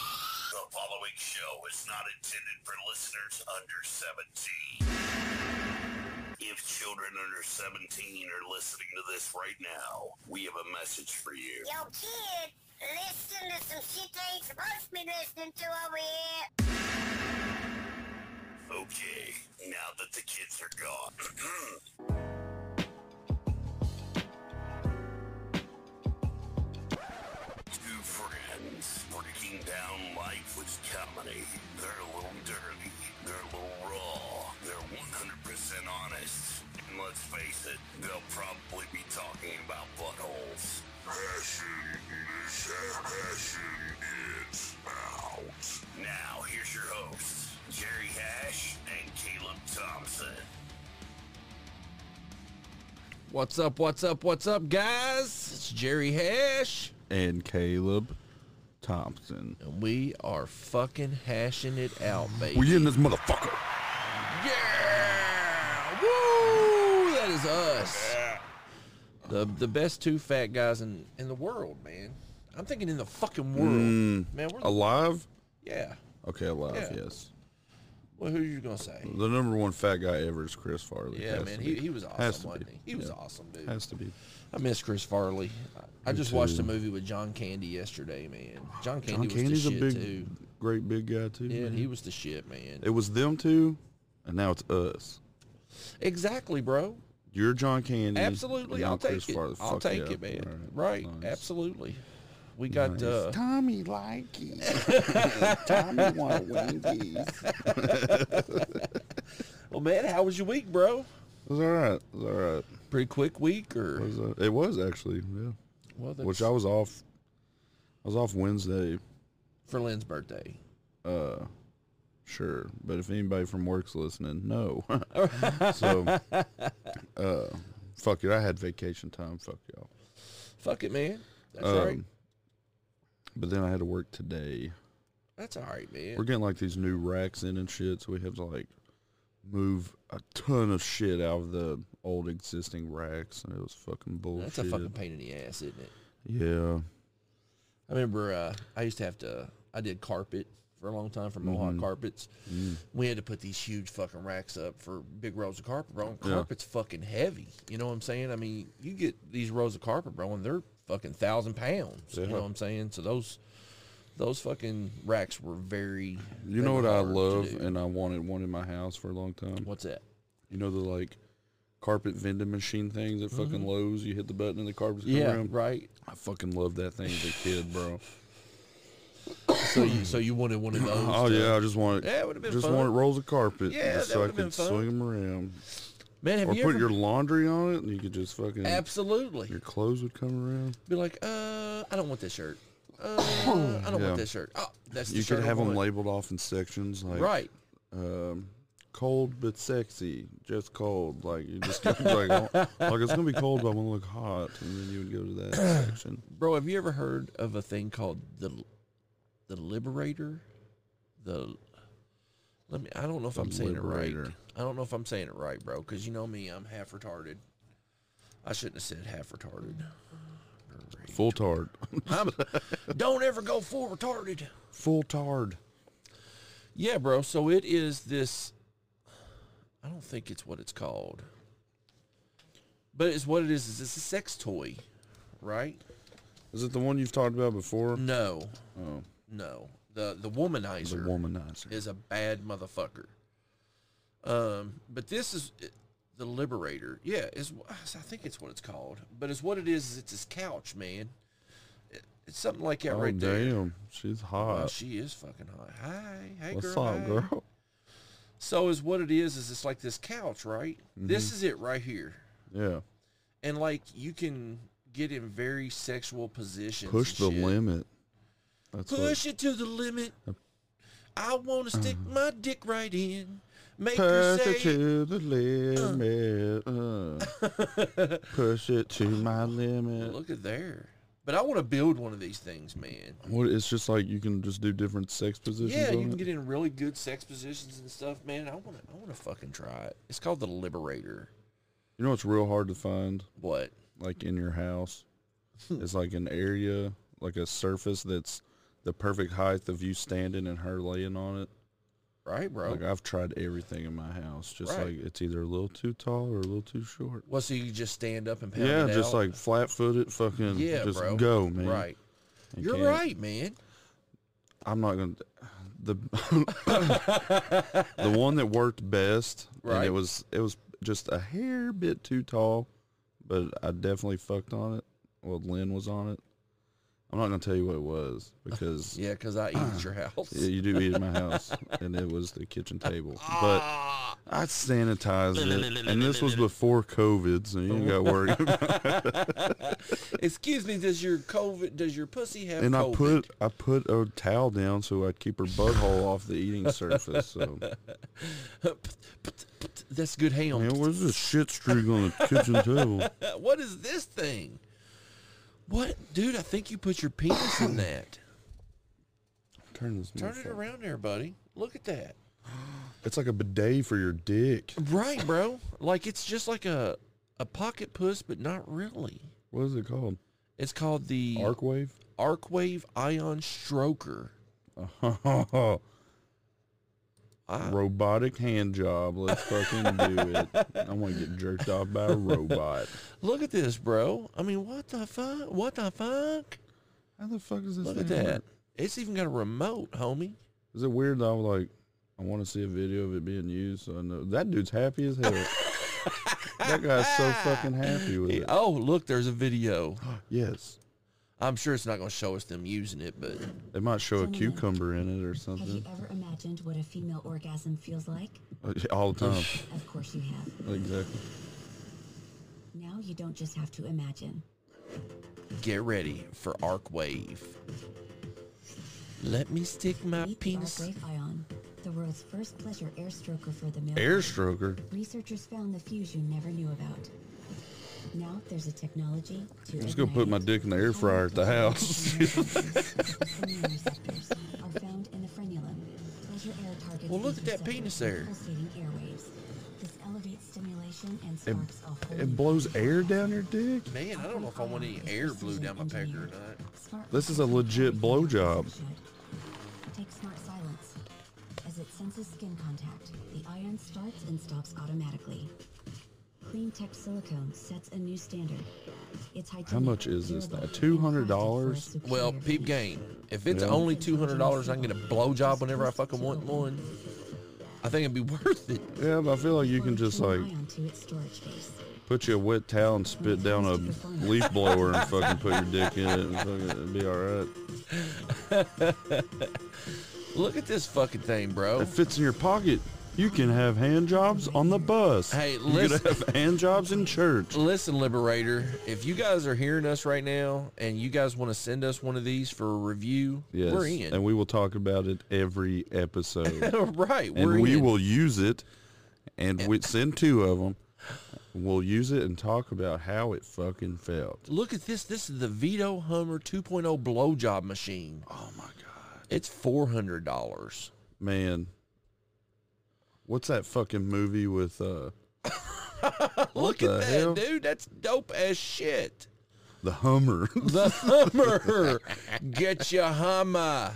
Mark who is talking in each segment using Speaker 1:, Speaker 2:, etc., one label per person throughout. Speaker 1: The following show is not intended for listeners under 17. If children under 17 are listening to this right now, we have a message for you.
Speaker 2: Yo, kid, listen to some shit they ain't supposed to be listening to over here.
Speaker 1: Okay, now that the kids are gone. Two friends breaking down life with comedy. They're a little dirty, they're a little raw, they're 100% honest. And let's face it, they'll probably be talking about buttholes. Passion is passion is out. Now here's your hosts, Jerry Hash and Caleb Thompson.
Speaker 3: What's up? What's up? What's up, guys? It's Jerry Hash,
Speaker 4: and Caleb Thompson.
Speaker 3: and we are fucking hashing it out, baby.
Speaker 4: We in this motherfucker.
Speaker 3: yeah! Woo! That is us. The the best two fat guys in in the world, man. I'm thinking in the fucking world,
Speaker 4: Mm.
Speaker 3: man. We're
Speaker 4: Alive?
Speaker 3: yeah.
Speaker 4: Okay, alive.
Speaker 3: Yeah.
Speaker 4: Yes.
Speaker 3: Well, who you gonna say?
Speaker 4: The number one fat guy ever is Chris Farley.
Speaker 3: Yeah,
Speaker 4: Has
Speaker 3: man.
Speaker 4: to
Speaker 3: He,
Speaker 4: be.
Speaker 3: he was
Speaker 4: Has to
Speaker 3: awesome, wasn't
Speaker 4: be.
Speaker 3: he? He was
Speaker 4: Yeah.
Speaker 3: awesome, dude.
Speaker 4: Has to be.
Speaker 3: I miss Chris Farley. I, I just watched
Speaker 4: too.
Speaker 3: a movie with John Candy yesterday, man. John Candy was
Speaker 4: John Candy's
Speaker 3: the
Speaker 4: a
Speaker 3: shit
Speaker 4: big,
Speaker 3: too.
Speaker 4: great big guy too.
Speaker 3: Yeah,
Speaker 4: man.
Speaker 3: he was the shit, man.
Speaker 4: it was them two, and now it's us.
Speaker 3: Exactly, bro.
Speaker 4: You're John Candy.
Speaker 3: Absolutely,
Speaker 4: and I'm
Speaker 3: I'll take
Speaker 4: Chris
Speaker 3: it.
Speaker 4: Farley.
Speaker 3: I'll
Speaker 4: Fuck
Speaker 3: take
Speaker 4: yeah.
Speaker 3: it, man.
Speaker 4: All
Speaker 3: Right?
Speaker 4: Nice.
Speaker 3: Absolutely. We got
Speaker 4: Nice.
Speaker 3: uh,
Speaker 4: Tommy like you. Tommy want wingies.
Speaker 3: well, oh, man. How was your week, bro?
Speaker 4: It was all right. It was all right.
Speaker 3: Pretty quick week, or
Speaker 4: It was, uh, it was actually yeah.
Speaker 3: well, that's
Speaker 4: Which I was off. I was off Wednesday. uh,
Speaker 3: for Lynn's birthday.
Speaker 4: Sure, but if anybody from work's listening, no. so, uh, fuck it. I had vacation time. Fuck y'all.
Speaker 3: Fuck it, man. That's
Speaker 4: Um,
Speaker 3: all right.
Speaker 4: But then I had to work today.
Speaker 3: That's all right, man.
Speaker 4: We're getting like these new racks in and shit, so we have to like move a ton of shit out of the old existing racks, and it was fucking bullshit.
Speaker 3: That's a fucking pain in the ass, isn't it?
Speaker 4: yeah.
Speaker 3: I remember uh, I used to have to. I did carpet for a long time for Mohawk
Speaker 4: Mm-hmm.
Speaker 3: Carpets. We had to put these huge fucking racks up for big rows of carpet, bro. And
Speaker 4: Yeah.
Speaker 3: carpet's fucking heavy. You know what I'm saying? I mean, you get these rows of carpet, bro, and they're fucking thousand pounds. You
Speaker 4: Yeah.
Speaker 3: know what I'm saying? So those those fucking racks were very.
Speaker 4: You know what I love,
Speaker 3: And-
Speaker 4: and I wanted one in my house for a long time.
Speaker 3: What's that?
Speaker 4: You know the like carpet vending machine things that fucking Lowe's. You hit the button and the carpets come
Speaker 3: Mm-hmm. Yeah,
Speaker 4: around.
Speaker 3: right.
Speaker 4: I fucking loved that thing as a kid, bro.
Speaker 3: So you so you wanted one of those?
Speaker 4: oh
Speaker 3: to-
Speaker 4: yeah, I just wanted
Speaker 3: Yeah, it would've been
Speaker 4: just
Speaker 3: fun.
Speaker 4: wanted rolls of carpet,
Speaker 3: Yeah,
Speaker 4: just
Speaker 3: that
Speaker 4: so I
Speaker 3: would've been
Speaker 4: could
Speaker 3: fun.
Speaker 4: swing them around,
Speaker 3: man. Have
Speaker 4: or
Speaker 3: you
Speaker 4: put
Speaker 3: ever?
Speaker 4: your laundry on it, and you could just fucking
Speaker 3: absolutely.
Speaker 4: your clothes would come around.
Speaker 3: Be like, uh, I don't want this shirt. Uh, I don't
Speaker 4: Yeah.
Speaker 3: want this shirt. Oh, that's the
Speaker 4: You
Speaker 3: shirt
Speaker 4: could
Speaker 3: I
Speaker 4: have them
Speaker 3: want.
Speaker 4: labeled off in sections, like
Speaker 3: Right.
Speaker 4: cold but sexy, just cold. Like you just like, like it's gonna be cold, but I want to look hot, and then you would go to that section.
Speaker 3: Bro, have you ever heard of a thing called the the Liberator? The let me. I don't know if I'm saying it right.
Speaker 4: Liberator.
Speaker 3: I don't know if I'm saying it right, bro. Because you know me, I'm half retarded. I shouldn't have said half retarded.
Speaker 4: Full tard,
Speaker 3: I'm, don't ever go full retarded.
Speaker 4: full tard.
Speaker 3: Yeah, bro. So it is this. I don't think it's what it's called, but it's what it is. Is it's a sex toy, right?
Speaker 4: Is it the one you've talked about before? Oh,
Speaker 3: No. No. The the womanizer.
Speaker 4: The womanizer.
Speaker 3: is a bad motherfucker. Um, but this is the Liberator. Yeah, is I think it's what it's called. But it's what it is. is It's his couch, man. It- It's something like that
Speaker 4: oh
Speaker 3: right there.
Speaker 4: damn, she's hot.
Speaker 3: Oh, she is fucking hot. Hi, hey
Speaker 4: What's
Speaker 3: girl.
Speaker 4: up,
Speaker 3: hi.
Speaker 4: girl?
Speaker 3: So is what it is. Is it's like this couch, right?
Speaker 4: Mm-hmm.
Speaker 3: This is it right here,
Speaker 4: Yeah.
Speaker 3: and like you can get in very sexual positions.
Speaker 4: Push the
Speaker 3: and shit.
Speaker 4: limit. That's
Speaker 3: Push it to the limit. I want to stick my dick right in. Make
Speaker 4: what. Mm-hmm.
Speaker 3: her
Speaker 4: Push it
Speaker 3: say,
Speaker 4: to the limit. uh. Push it to my limit.
Speaker 3: look at there. But I want to build one of these things, man.
Speaker 4: What? It's just like you can just do different sex positions.
Speaker 3: Yeah, you
Speaker 4: on
Speaker 3: can
Speaker 4: it?
Speaker 3: get in really good sex positions and stuff, man. I want to, I want to fucking try it. It's called the Liberator.
Speaker 4: You know, it's real hard to find,
Speaker 3: What? Hmm.
Speaker 4: like in your house. it's like an area, like a surface that's the perfect height of you standing and her laying on it.
Speaker 3: right, bro?
Speaker 4: Like I've tried everything in my house, just
Speaker 3: Right.
Speaker 4: like it's either a little too tall or a little too short.
Speaker 3: well, so you just stand up and pound
Speaker 4: Yeah,
Speaker 3: it
Speaker 4: just
Speaker 3: out?
Speaker 4: like flat footed, fucking,
Speaker 3: yeah,
Speaker 4: just
Speaker 3: bro.
Speaker 4: go, man.
Speaker 3: Right,
Speaker 4: You
Speaker 3: you're
Speaker 4: can't-
Speaker 3: right, man.
Speaker 4: I'm not gonna. The the one that worked best, and
Speaker 3: Right.
Speaker 4: it was it was just a hair bit too tall, but I definitely fucked on it. Well, Lynn was on it. I'm not gonna tell you what it was because
Speaker 3: Yeah, because I eat at your house.
Speaker 4: yeah, you do eat at my house, and it was the kitchen table. But I sanitized it, and this was before COVID, so you ain't got to worry. about it.
Speaker 3: Excuse me, does your COVID? Does your pussy have?
Speaker 4: And
Speaker 3: COVID?
Speaker 4: I put I put a towel down so I'd keep her butthole off the eating surface. So.
Speaker 3: That's good ham.
Speaker 4: Man, where's this shit streak on the kitchen table?
Speaker 3: What is this thing? What, dude? I think you put your penis in that.
Speaker 4: Turn this
Speaker 3: Turn it
Speaker 4: motherfucker.
Speaker 3: around there, buddy. Look at that.
Speaker 4: It's like a bidet for your dick.
Speaker 3: Right, bro. Like it's just like a a pocket puss, but not really.
Speaker 4: What is it called?
Speaker 3: It's called the
Speaker 4: Arc wave?
Speaker 3: Arcwave Ion Stroker. I,
Speaker 4: Robotic hand job. Let's fucking do it. I want to get jerked off by a robot.
Speaker 3: look at this, bro. I mean, what the fuck? What the fuck?
Speaker 4: How the fuck is this?
Speaker 3: Look at
Speaker 4: thing
Speaker 3: that.
Speaker 4: work?
Speaker 3: It's even got a remote, homie.
Speaker 4: Is it weird that I was like, I want to see a video of it being used. So I know that dude's happy as hell. that guy's so fucking happy with
Speaker 3: Hey,
Speaker 4: it.
Speaker 3: oh, look, there's a video.
Speaker 4: Yes.
Speaker 3: I'm sure it's not going to show us them using it, but
Speaker 4: They might show a cucumber in it or
Speaker 5: Have you
Speaker 4: something.
Speaker 5: ever imagined what a female orgasm feels like?
Speaker 4: Oh, All the time.
Speaker 5: Of course you have.
Speaker 4: exactly.
Speaker 5: Now you don't just have to imagine.
Speaker 3: get ready for Arcwave. Let me stick my
Speaker 5: Meet the
Speaker 3: penis.
Speaker 5: Arcwave Ion, the world's first pleasure airstroker for the male.
Speaker 4: Airstroker.
Speaker 5: Researchers found the fuse you never knew about. Now there's a technology to.
Speaker 4: I'm just gonna put my dick in the air fryer at the house.
Speaker 5: receptors are found in the frenulum. Pleasure air targets
Speaker 3: Well, look
Speaker 5: these
Speaker 3: at that penis
Speaker 5: receptors
Speaker 3: there.
Speaker 5: with Pulsating airwaves. This elevates stimulation and
Speaker 4: It,
Speaker 5: sparks a whole new
Speaker 4: it blows air down your dick.
Speaker 3: Man, I don't know if I want any air blew down my pecker or not.
Speaker 4: This is a legit blowjob.
Speaker 5: Take smart silence. As it senses skin contact, the ion starts and stops automatically. Clean Tech silicone sets a new standard. It's
Speaker 4: How much is this now? $200?
Speaker 3: Well, peep game. If it's
Speaker 4: Yeah.
Speaker 3: only two hundred dollars, I can get a blowjob whenever I fucking want one. I think it'd be worth it.
Speaker 4: Yeah, but I feel like you can just like put you a wet towel and spit down a leaf blower and fucking put your dick in it and fucking it'd be all right.
Speaker 3: Look at this fucking thing, bro.
Speaker 4: It fits in your pocket. You can have hand jobs on the bus.
Speaker 3: Hey,
Speaker 4: you
Speaker 3: listen-
Speaker 4: could have hand jobs in church.
Speaker 3: Listen, Liberator, if you guys are hearing us right now and you guys want to send us one of these for a review,
Speaker 4: Yes,
Speaker 3: we're in.
Speaker 4: and we will talk about it every episode.
Speaker 3: right,
Speaker 4: and
Speaker 3: we're
Speaker 4: we
Speaker 3: in.
Speaker 4: will use it and we send two of them we'll use it and talk about how it fucking felt
Speaker 3: Look at this. This is the Vito Hummer 2.0 blowjob machine.
Speaker 4: oh my god
Speaker 3: It's four hundred dollars.
Speaker 4: man what's that fucking movie with uh
Speaker 3: Look
Speaker 4: the
Speaker 3: at that,
Speaker 4: hell?
Speaker 3: dude. That's dope as shit.
Speaker 4: the hummer
Speaker 3: The Hummer. Get your Hummer.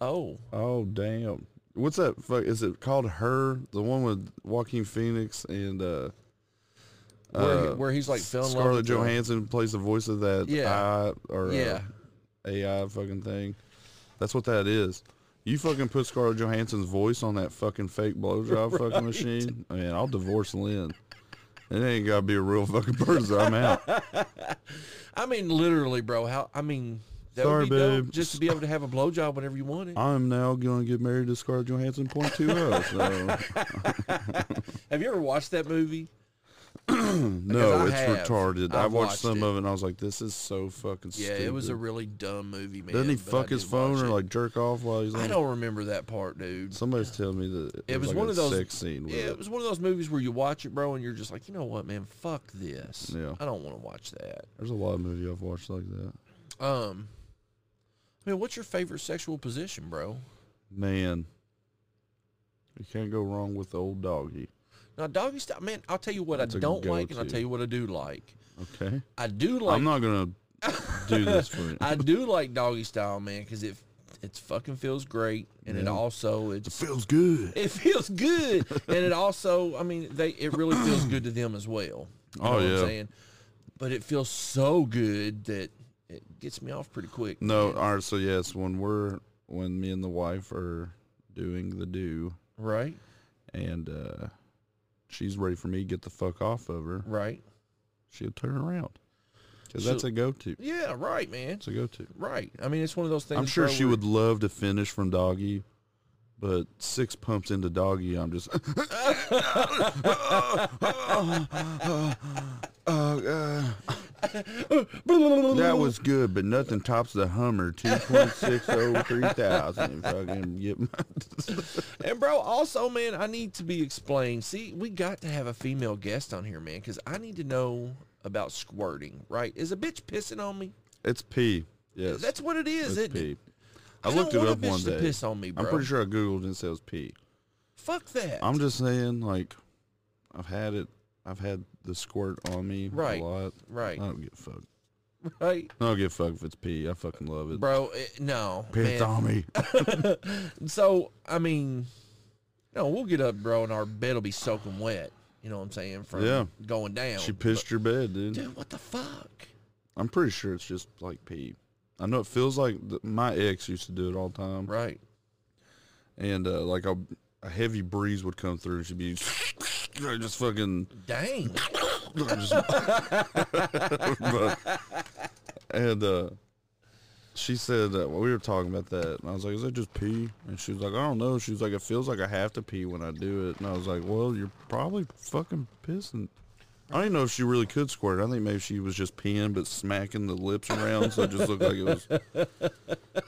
Speaker 3: Oh,
Speaker 4: oh damn what's that fuck is it called her the one with joaquin phoenix and uh
Speaker 3: where,
Speaker 4: uh,
Speaker 3: where he's like fell in love
Speaker 4: Scarlett
Speaker 3: with her.
Speaker 4: Johansson plays the voice of that
Speaker 3: Yeah.
Speaker 4: I or uh,
Speaker 3: Yeah.
Speaker 4: AI fucking thing. That's what that is. You fucking put Scarlett Johansson's voice on that fucking fake blowjob fucking machine. I mean, I'll divorce Lynn. It ain't gotta be a real fucking person. I'm out.
Speaker 3: I mean, literally, bro. How? I mean, that
Speaker 4: Sorry,
Speaker 3: would be dope
Speaker 4: babe. Uh,
Speaker 3: just to be able to have a blowjob whenever you want it.
Speaker 4: I'm now gonna get married to Scarlett Johansson point two oh. So
Speaker 3: Have you ever watched that movie?
Speaker 4: no,
Speaker 3: I
Speaker 4: it's
Speaker 3: have.
Speaker 4: retarded. i
Speaker 3: I've
Speaker 4: watched,
Speaker 3: watched
Speaker 4: some
Speaker 3: it.
Speaker 4: of it and I was like, this is so fucking
Speaker 3: Yeah,
Speaker 4: stupid.
Speaker 3: it was a really dumb movie, man.
Speaker 4: Doesn't he
Speaker 3: but I
Speaker 4: fuck his
Speaker 3: did
Speaker 4: phone
Speaker 3: watch
Speaker 4: or
Speaker 3: it.
Speaker 4: like jerk off while he's on
Speaker 3: I don't remember that part, dude.
Speaker 4: Somebody's telling me that
Speaker 3: It was
Speaker 4: like
Speaker 3: one
Speaker 4: a
Speaker 3: of those
Speaker 4: sex scene. With
Speaker 3: Yeah,
Speaker 4: it.
Speaker 3: it was one of those movies where you watch it, bro, and you're just like, you know what, man, fuck this.
Speaker 4: Yeah.
Speaker 3: I don't want to watch that.
Speaker 4: There's a lot of movies I've watched like that.
Speaker 3: Um, I mean, what's your favorite sexual position, bro?
Speaker 4: Man, you can't go wrong with the old doggy.
Speaker 3: Now, doggy style, man. I'll tell you what
Speaker 4: That's
Speaker 3: I
Speaker 4: a
Speaker 3: don't like, and I'll
Speaker 4: go-to.
Speaker 3: tell you what I do like.
Speaker 4: Okay,
Speaker 3: I do like.
Speaker 4: I'm not gonna do this for you.
Speaker 3: I do like doggy style, man, because it it fucking feels great, and it
Speaker 4: Yeah.
Speaker 3: also it's
Speaker 4: Feels good.
Speaker 3: it feels good, and it also I mean they it really feels good to them as well. You
Speaker 4: Oh, yeah.
Speaker 3: but it feels so good that it gets me off pretty quick.
Speaker 4: No, all right. So yes, when we're when me and the wife are doing the do,
Speaker 3: Right,
Speaker 4: and uh she's ready for me to get the fuck off of her,
Speaker 3: right,
Speaker 4: she'll turn around because
Speaker 3: So-
Speaker 4: that's a go-to.
Speaker 3: yeah, right, man,
Speaker 4: It's a go-to.
Speaker 3: right. I mean, it's one of those things.
Speaker 4: I'm sure
Speaker 3: bro,
Speaker 4: she
Speaker 3: where-
Speaker 4: would love to finish from doggy, but six pumps into doggy, I'm just. that was good, but nothing tops the Hummer 2.603 thousand. If I can get my,
Speaker 3: And bro, also man, I need to be explained. See, we got to have a female guest on here, man, because I need to know about squirting. Right? Is a bitch pissing on me?
Speaker 4: it's pee. Yes,
Speaker 3: That's what it is,
Speaker 4: it's
Speaker 3: isn't
Speaker 4: pee.
Speaker 3: it?
Speaker 4: I,
Speaker 3: I
Speaker 4: looked
Speaker 3: don't want
Speaker 4: it
Speaker 3: a
Speaker 4: up
Speaker 3: bitch
Speaker 4: one
Speaker 3: to
Speaker 4: day.
Speaker 3: piss on me,
Speaker 4: I'm
Speaker 3: bro.
Speaker 4: pretty sure I googled and it says pee.
Speaker 3: Fuck that.
Speaker 4: I'm just saying, like, I've had it. I've had the squirt on me
Speaker 3: Right,
Speaker 4: a lot.
Speaker 3: right.
Speaker 4: I don't get fucked.
Speaker 3: right,
Speaker 4: I don't give a fuck if it's pee. I fucking love it.
Speaker 3: bro. eh, no,
Speaker 4: Pissed
Speaker 3: man.
Speaker 4: on me.
Speaker 3: So I mean, no, we'll get up, bro, and our bed'll be soaking wet. You know what I'm saying? From
Speaker 4: Yeah.
Speaker 3: going down.
Speaker 4: She pissed your bed, dude.
Speaker 3: Dude, what the fuck?
Speaker 4: I'm pretty sure it's just like pee. I know it feels like th- my ex used to do it all the time,
Speaker 3: Right.
Speaker 4: and uh, like a, a heavy breeze would come through, and she'd be just fucking
Speaker 3: Dang.
Speaker 4: Just- but- and uh, she said that well, we were talking about that, and I was like, "Is that just pee?" And she was like, "I don't know." She was like, "It feels like I have to pee when I do it," and I was like, "Well, you're probably fucking pissing." I don't even know if she really could squirt. I think maybe she was just peeing, but smacking the lips around, so it just looked like it was.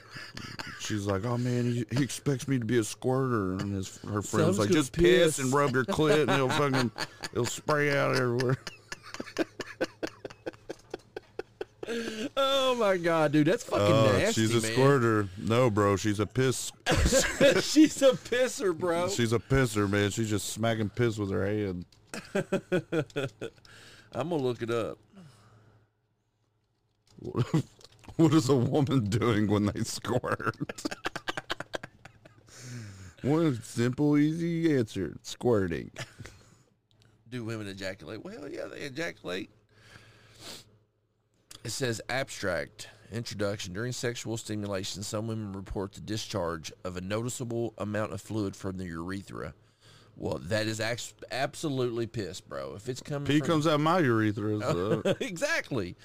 Speaker 4: She's like, "Oh man, he, he expects me to be a squirter," and his her friend's
Speaker 3: Some's
Speaker 4: like,
Speaker 3: gonna
Speaker 4: "Just piss
Speaker 3: piss."
Speaker 4: and rub your clit, and it'll fucking it'll spray out everywhere."
Speaker 3: Oh my god, dude, that's fucking
Speaker 4: Oh,
Speaker 3: nasty.
Speaker 4: she's a
Speaker 3: man.
Speaker 4: squirter. No, bro, she's a piss.
Speaker 3: she's a pisser, bro.
Speaker 4: She's a pisser, man. She's just smacking piss with her hand.
Speaker 3: I'm gonna look it up.
Speaker 4: What is a woman doing when they squirt? One simple, easy answer: squirting.
Speaker 3: Do women ejaculate? Well, yeah, they ejaculate. It says abstract introduction. During sexual stimulation, some women report the discharge of a noticeable amount of fluid from the urethra. Well, that is ax- absolutely piss, bro. If it's coming,
Speaker 4: Pee
Speaker 3: from-
Speaker 4: comes out my urethra. So.
Speaker 3: exactly.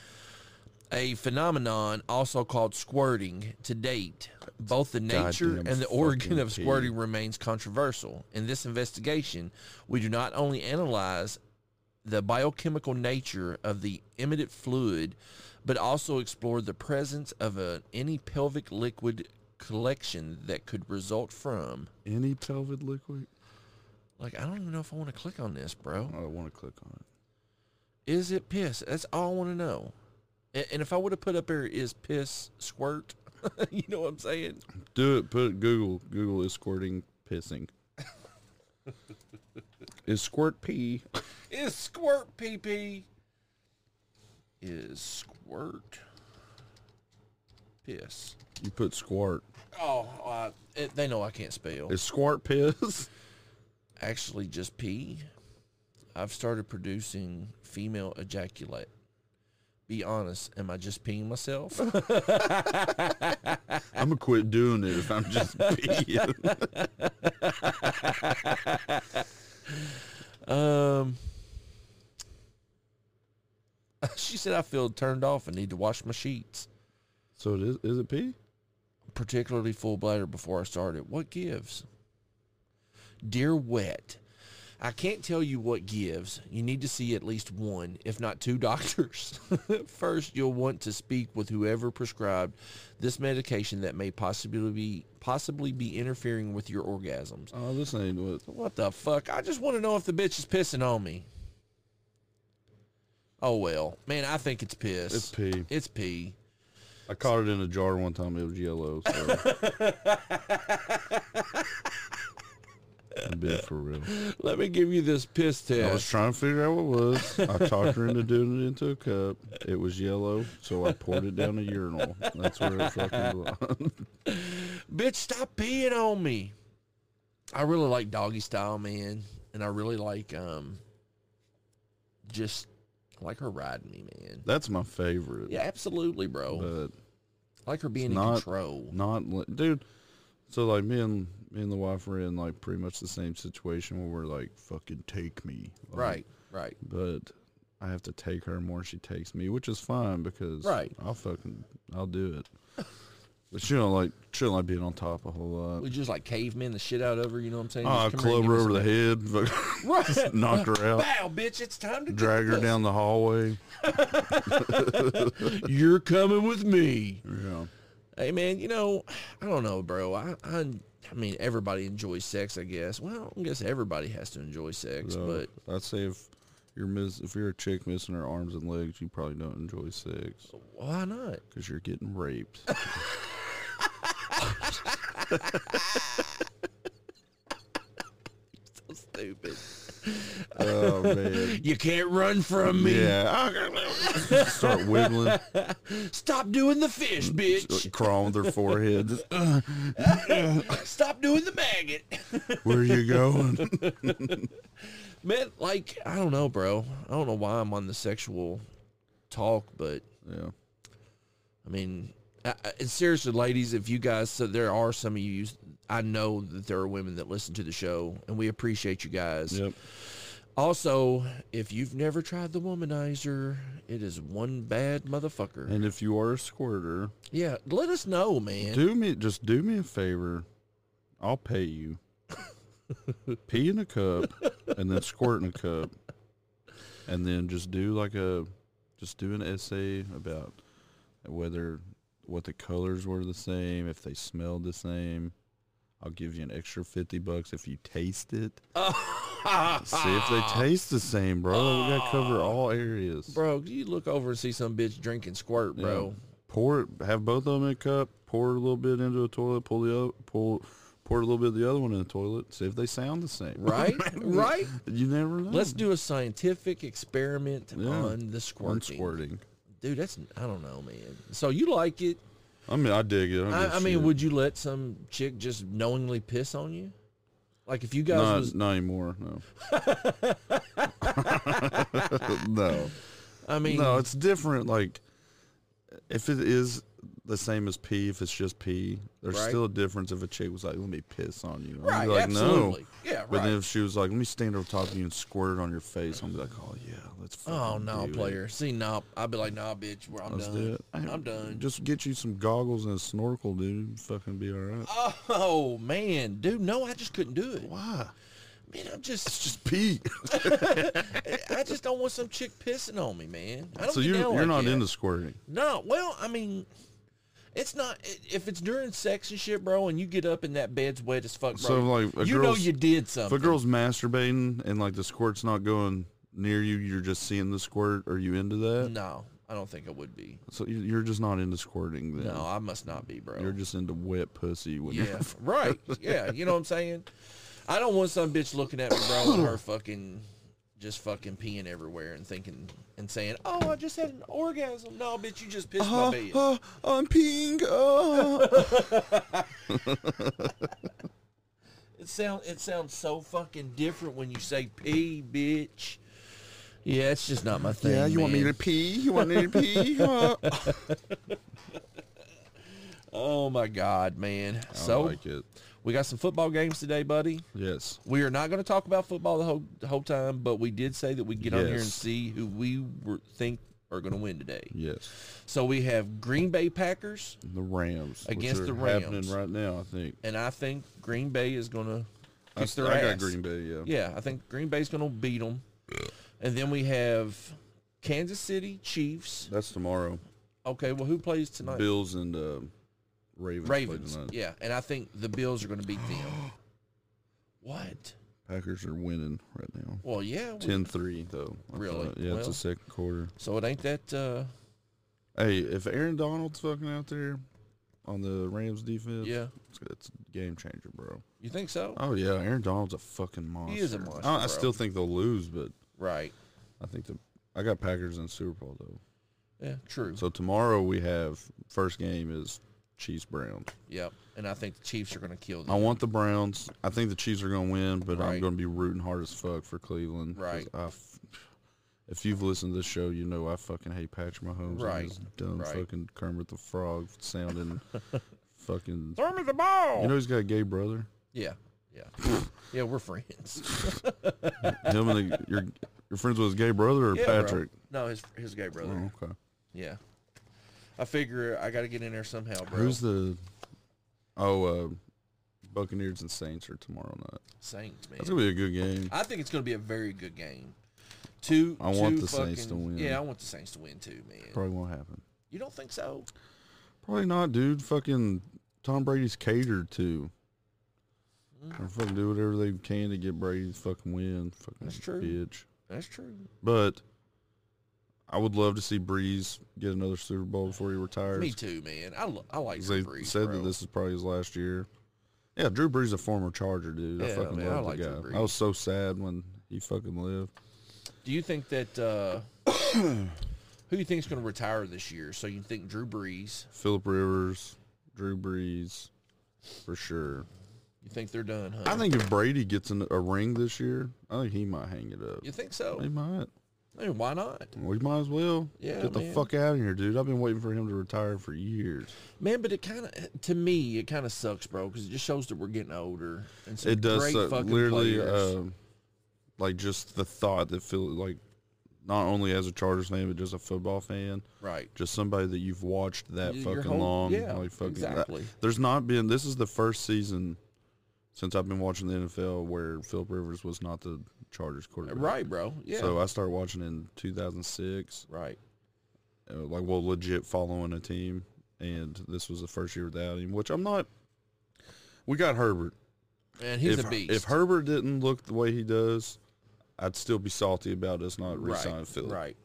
Speaker 3: A phenomenon also called squirting to date. Both the nature
Speaker 4: Goddamn
Speaker 3: and the origin
Speaker 4: fucking
Speaker 3: of
Speaker 4: pig.
Speaker 3: squirting remains controversial. In this investigation, we do not only analyze the biochemical nature of the emitted fluid, but also explore the presence of a, any pelvic liquid collection that could result from.
Speaker 4: Any pelvic liquid? Oh,
Speaker 3: Like, I don't even know if I want to click on this, bro.
Speaker 4: I want to click on it.
Speaker 3: Is it piss? That's all I want to know. And, and if I would have put up there is piss squirt, you know what I'm saying?
Speaker 4: Do it. Put it, Google. Google is squirting pissing. is squirt pee?
Speaker 3: Is squirt pee pee? Is squirt piss?
Speaker 4: You put squirt.
Speaker 3: Oh, I, it, they know I can't spell.
Speaker 4: Is squirt piss?
Speaker 3: Actually, just pee. I've started producing female ejaculate. Be honest, am I just peeing myself?
Speaker 4: I'm gonna quit doing it if I'm just peeing.
Speaker 3: Um, she said I feel turned off and need to wash my sheets,
Speaker 4: so it is, is it pee?
Speaker 3: particularly full bladder before I started. What gives? Dear wet, I can't tell you what gives. You need to see at least one, if not two doctors. First, you'll want to speak with whoever prescribed this medication that may possibly be possibly be interfering with your orgasms.
Speaker 4: Oh, this ain't what.
Speaker 3: What the fuck? I just want to know if the bitch is pissing on me. Oh well, man, I think it's piss.
Speaker 4: It's pee.
Speaker 3: It's pee.
Speaker 4: I caught it in a jar one time. It was yellow. So. I bid for real.
Speaker 3: Let me give you this piss
Speaker 4: I was
Speaker 3: test.
Speaker 4: trying to figure out what it was. I talked her into doing it into a cup. It was yellow, so I poured it down a urinal. That's where it fucking belonged.
Speaker 3: Bitch, stop peeing on me. I really like doggy style, man, and I really like um, just I like her riding me, man.
Speaker 4: That's my favorite.
Speaker 3: Yeah, absolutely, bro.
Speaker 4: But
Speaker 3: I like her being in
Speaker 4: not-
Speaker 3: control.
Speaker 4: not li- dude. So like me and me and the wife were in like pretty much the same situation where we're like fucking take me. Like,
Speaker 3: Right, right.
Speaker 4: But I have to take her more than she takes me, which is fine because
Speaker 3: Right.
Speaker 4: I'll fucking I'll do it. But she don't like she don't like being on top a whole lot.
Speaker 3: We just like cavemen the shit out of her. You know what I'm saying?
Speaker 4: Oh, I
Speaker 3: Just come here
Speaker 4: club
Speaker 3: and
Speaker 4: her
Speaker 3: give
Speaker 4: over
Speaker 3: us
Speaker 4: the head,
Speaker 3: Right.
Speaker 4: fuck- knock her out,
Speaker 3: Bow, bitch! It's time to get
Speaker 4: drag her
Speaker 3: this.
Speaker 4: down the hallway.
Speaker 3: You're coming with me.
Speaker 4: Yeah.
Speaker 3: Hey man, you know, I don't know, bro. I, I, I mean, everybody enjoys sex, I guess. Well, I guess everybody has to enjoy sex,
Speaker 4: So
Speaker 3: but
Speaker 4: I'd say if you're miss if you're a chick missing her arms and legs, you probably don't enjoy sex
Speaker 3: why not?
Speaker 4: because you're getting raped.
Speaker 3: So stupid.
Speaker 4: oh man.
Speaker 3: You can't run from me.
Speaker 4: Yeah. Start wiggling,
Speaker 3: Stop doing the fish, bitch.
Speaker 4: crawling with her forehead. Just, "Uh,
Speaker 3: Stop doing the maggot.
Speaker 4: where you going?
Speaker 3: Man, like, I don't know, bro. I don't know why I'm on the sexual talk, but
Speaker 4: yeah.
Speaker 3: I mean, I, I- and seriously, ladies, if you guys, so there are some of you, I know that there are women that listen to the show, and we appreciate you guys.
Speaker 4: Yep.
Speaker 3: Also, if you've never tried the womanizer, it is one bad motherfucker.
Speaker 4: And if you are a squirter,
Speaker 3: yeah, let us know, man.
Speaker 4: do me just do me a favor. I'll pay you. Pee in a cup and then squirt in a cup. And then just do like a just do an essay about whether what the colors were the same, if they smelled the same. I'll give you an extra 50 bucks if you taste it. See if they taste the same, bro. We got to cover all areas.
Speaker 3: Bro, you look over and see some bitch drinking squirt,
Speaker 4: Yeah.
Speaker 3: bro.
Speaker 4: Pour it. Have both of them in a cup. Pour a little bit into a toilet. Pull the other. Pull. Pour a little bit of the other one in the toilet. See if they sound the same.
Speaker 3: Right? right?
Speaker 4: You never know.
Speaker 3: Let's do a scientific experiment
Speaker 4: Yeah.
Speaker 3: on the
Speaker 4: One
Speaker 3: squirting.
Speaker 4: squirting.
Speaker 3: Dude, that's, I don't know, man. So you like it.
Speaker 4: I mean, I dig it. I,
Speaker 3: I, I mean, would you let some chick just knowingly piss on you? Like if you guys
Speaker 4: not,
Speaker 3: was,
Speaker 4: not anymore. No. no.
Speaker 3: I mean,
Speaker 4: No, it's different. Like, if it is the same as pee, if it's just pee, there's
Speaker 3: Right.
Speaker 4: still a difference. If a chick was like, "Let me piss on you," I'd be
Speaker 3: Right,
Speaker 4: like,
Speaker 3: absolutely.
Speaker 4: No.
Speaker 3: Yeah,
Speaker 4: But
Speaker 3: right.
Speaker 4: then if she was like, "Let me stand over top of you and squirt it on your face," I'm be like, "Oh yeah, let's."
Speaker 3: Oh
Speaker 4: fucking
Speaker 3: no,
Speaker 4: do it."
Speaker 3: player. See, no, I'd be like, nah, bitch. Where I'm
Speaker 4: Let's
Speaker 3: done.
Speaker 4: do it. Hey,
Speaker 3: I'm done.
Speaker 4: Just get you some goggles and a snorkel, dude. Fucking be all right.
Speaker 3: Oh man, dude, no, I just couldn't do it.
Speaker 4: Why?
Speaker 3: Man, I'm just,
Speaker 4: Ah, It's just pee.
Speaker 3: I just don't want some chick pissing on me, man. I don't
Speaker 4: so
Speaker 3: get
Speaker 4: you
Speaker 3: down
Speaker 4: you're
Speaker 3: like
Speaker 4: not
Speaker 3: that.
Speaker 4: into squirting.
Speaker 3: No, well, I mean, it's not. If it's during sex and shit, bro, and you get up and that bed's wet as fuck, bro.
Speaker 4: So, like, a
Speaker 3: you know
Speaker 4: girl's-
Speaker 3: you did
Speaker 4: If a
Speaker 3: something.
Speaker 4: girl's masturbating and like the squirt's not going near you, you're just seeing the squirt. Are you into that?
Speaker 3: no, I don't think I would be.
Speaker 4: So you- you're just not into squirting then.
Speaker 3: No, I must not be, bro.
Speaker 4: You're just into wet pussy. When
Speaker 3: yeah,
Speaker 4: you're,
Speaker 3: right. Yeah, you know what I'm saying. I don't want some bitch looking at me, bro, and her fucking just fucking peeing everywhere and thinking and saying, "Oh, I just had an orgasm." No, bitch, you just pissed my bed.
Speaker 4: Oh, I'm peeing. Oh.
Speaker 3: It sound it sounds so fucking different when you say pee, bitch. Yeah, it's just not my thing.
Speaker 4: yeah, you want me
Speaker 3: man.
Speaker 4: to pee? You want me to pee? Ah. Huh? I
Speaker 3: Oh my god, man. So
Speaker 4: like it.
Speaker 3: we got some football games today, buddy.
Speaker 4: Yes.
Speaker 3: We are not going to talk about football the whole the whole time, but we did say that we get on here and
Speaker 4: Yes.
Speaker 3: see who we were, think are going to win today.
Speaker 4: Yes.
Speaker 3: So we have Green Bay Packers,
Speaker 4: The Rams which
Speaker 3: Against
Speaker 4: are
Speaker 3: the Rams.
Speaker 4: happening right now. I think.
Speaker 3: and I think Green Bay is going to
Speaker 4: I,
Speaker 3: kick their
Speaker 4: I
Speaker 3: ass.
Speaker 4: got Green Bay. Yeah.
Speaker 3: Yeah, I think Green Bay's going to beat them. And then we have Kansas City Chiefs.
Speaker 4: That's tomorrow.
Speaker 3: Okay, well, who plays tonight?
Speaker 4: Bills and uh, Ravens. play
Speaker 3: Ravens.
Speaker 4: tonight.
Speaker 3: Yeah, and I think the Bills are going to beat them. what?
Speaker 4: Packers are winning right now.
Speaker 3: Well, yeah. we-
Speaker 4: 10-3, though. I
Speaker 3: Really?
Speaker 4: thought. Yeah, it's
Speaker 3: Well-
Speaker 4: the second quarter.
Speaker 3: So it ain't that. Uh,
Speaker 4: Hey, if Aaron Donald's fucking out there, on the Rams defense.
Speaker 3: Yeah.
Speaker 4: It's, it's a game changer, bro.
Speaker 3: You think so?
Speaker 4: Oh yeah, Aaron Donald's a fucking monster.
Speaker 3: He is a monster,
Speaker 4: I, I
Speaker 3: bro.
Speaker 4: still think they'll lose, but
Speaker 3: Right.
Speaker 4: I think the I got Packers in Super Bowl though.
Speaker 3: Yeah. True.
Speaker 4: So tomorrow we have first game is Chiefs Browns.
Speaker 3: yep. And I think the Chiefs are going to kill
Speaker 4: I
Speaker 3: them.
Speaker 4: want the Browns. I think the Chiefs are going to win, but I'm
Speaker 3: Right.
Speaker 4: going to be rooting hard as fuck for Cleveland. 'cause
Speaker 3: Right.
Speaker 4: I f- if you've listened to this show, you know I fucking hate Patrick Mahomes.
Speaker 3: Right.
Speaker 4: And his dumb
Speaker 3: Right.
Speaker 4: fucking Kermit the Frog sounding fucking.
Speaker 3: Throw me the ball.
Speaker 4: You know he's got a gay brother.
Speaker 3: yeah. Yeah. yeah. We're friends.
Speaker 4: Him and the, your your friends with his gay brother or
Speaker 3: Yeah, bro.
Speaker 4: Patrick.
Speaker 3: No, his his gay brother.
Speaker 4: Oh, okay.
Speaker 3: Yeah. I figure I got to get in there somehow, bro.
Speaker 4: Who's the? Oh, uh, Buccaneers and Saints are tomorrow night.
Speaker 3: Saints, man?
Speaker 4: That's gonna be a good game.
Speaker 3: I think it's going to be a very good game. Two.
Speaker 4: I want
Speaker 3: two
Speaker 4: the
Speaker 3: fucking,
Speaker 4: Saints to win.
Speaker 3: Yeah, I want the Saints to win too, man.
Speaker 4: Probably won't happen.
Speaker 3: You don't think so?
Speaker 4: Probably not, dude. Fucking Tom Brady's catered to. They fucking do whatever they can to get Brady to fucking win. Fucking
Speaker 3: That's true.
Speaker 4: bitch.
Speaker 3: That's true.
Speaker 4: But I would love to see Breeze get another Super Bowl before he retires.
Speaker 3: Me too, man. I, lo- I like
Speaker 4: 'Cause They
Speaker 3: Drew Brees,
Speaker 4: said
Speaker 3: bro.
Speaker 4: that this is probably his last year. Yeah, Drew Brees is a former Charger, dude. I
Speaker 3: Yeah,
Speaker 4: fucking
Speaker 3: man, I
Speaker 4: love
Speaker 3: like
Speaker 4: the
Speaker 3: Drew
Speaker 4: guy.
Speaker 3: Brees.
Speaker 4: I was so sad when he fucking lived.
Speaker 3: Do you think that uh, who do you think's going to retire this year? So you think Drew Brees?
Speaker 4: Philip Rivers, Drew Brees, for sure.
Speaker 3: You think they're done? Huh?
Speaker 4: I think if Brady gets an, a ring this year, I think he might hang it up.
Speaker 3: You think so?
Speaker 4: He might.
Speaker 3: I mean, why not,
Speaker 4: We might as well.
Speaker 3: Yeah,
Speaker 4: Get the
Speaker 3: man.
Speaker 4: fuck out of here, dude. I've been waiting for him to retire for years.
Speaker 3: man? But it kind of, to me, it kind of sucks, bro, because it just shows that we're getting older. And some
Speaker 4: it does
Speaker 3: great
Speaker 4: suck.
Speaker 3: Fucking
Speaker 4: Literally,
Speaker 3: players.
Speaker 4: um, like just the thought that feel like not only as a Chargers fan, but just a football fan,
Speaker 3: right?
Speaker 4: just somebody that you've watched that
Speaker 3: Y- your
Speaker 4: fucking
Speaker 3: whole-
Speaker 4: long.
Speaker 3: yeah,
Speaker 4: like fucking,
Speaker 3: exactly.
Speaker 4: there's not been. This is the first season since I've been watching the NFL where Philip Rivers was not the Chargers quarterback.
Speaker 3: Right, bro. Yeah.
Speaker 4: So I started watching in 2006,
Speaker 3: right.
Speaker 4: uh, like well, legit following a team, and this was the first year without him. Which I'm not. We got Herbert.
Speaker 3: And he's
Speaker 4: if,
Speaker 3: a beast.
Speaker 4: If Herbert didn't look the way he does, I'd still be salty about us not re-signing
Speaker 3: right,
Speaker 4: Philip.
Speaker 3: right.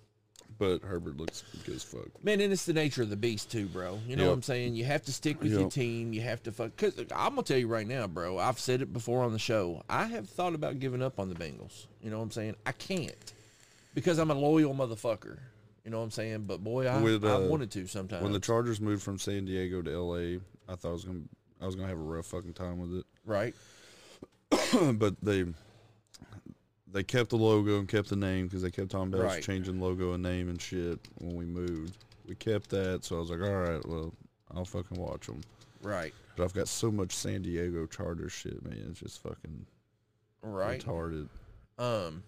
Speaker 4: But Herbert looks good as fuck.
Speaker 3: Man, and it's the nature of the beast too, bro. You know
Speaker 4: Yep.
Speaker 3: what I'm saying? You have to stick with your
Speaker 4: Yep.
Speaker 3: team. You have to fuck. Cause I'm gonna tell you right now, bro. I've said it before on the show. I have thought about giving up on the Bengals. You know what I'm saying? I can't because I'm a loyal motherfucker. You know what I'm saying? But boy, I,
Speaker 4: With, uh,
Speaker 3: I wanted to sometimes.
Speaker 4: When the Chargers moved from San Diego to L.A., I thought I was gonna I was gonna have a rough fucking time with it.
Speaker 3: right?
Speaker 4: but they they kept the logo and kept the name because they kept talking about us
Speaker 3: Right.
Speaker 4: changing logo and name and shit when we moved. We kept that, so I was like, all right, well, I'll fucking watch them.
Speaker 3: Right.
Speaker 4: But I've got so much San Diego Charger shit, man. It's just fucking
Speaker 3: Right.
Speaker 4: retarded.
Speaker 3: Um,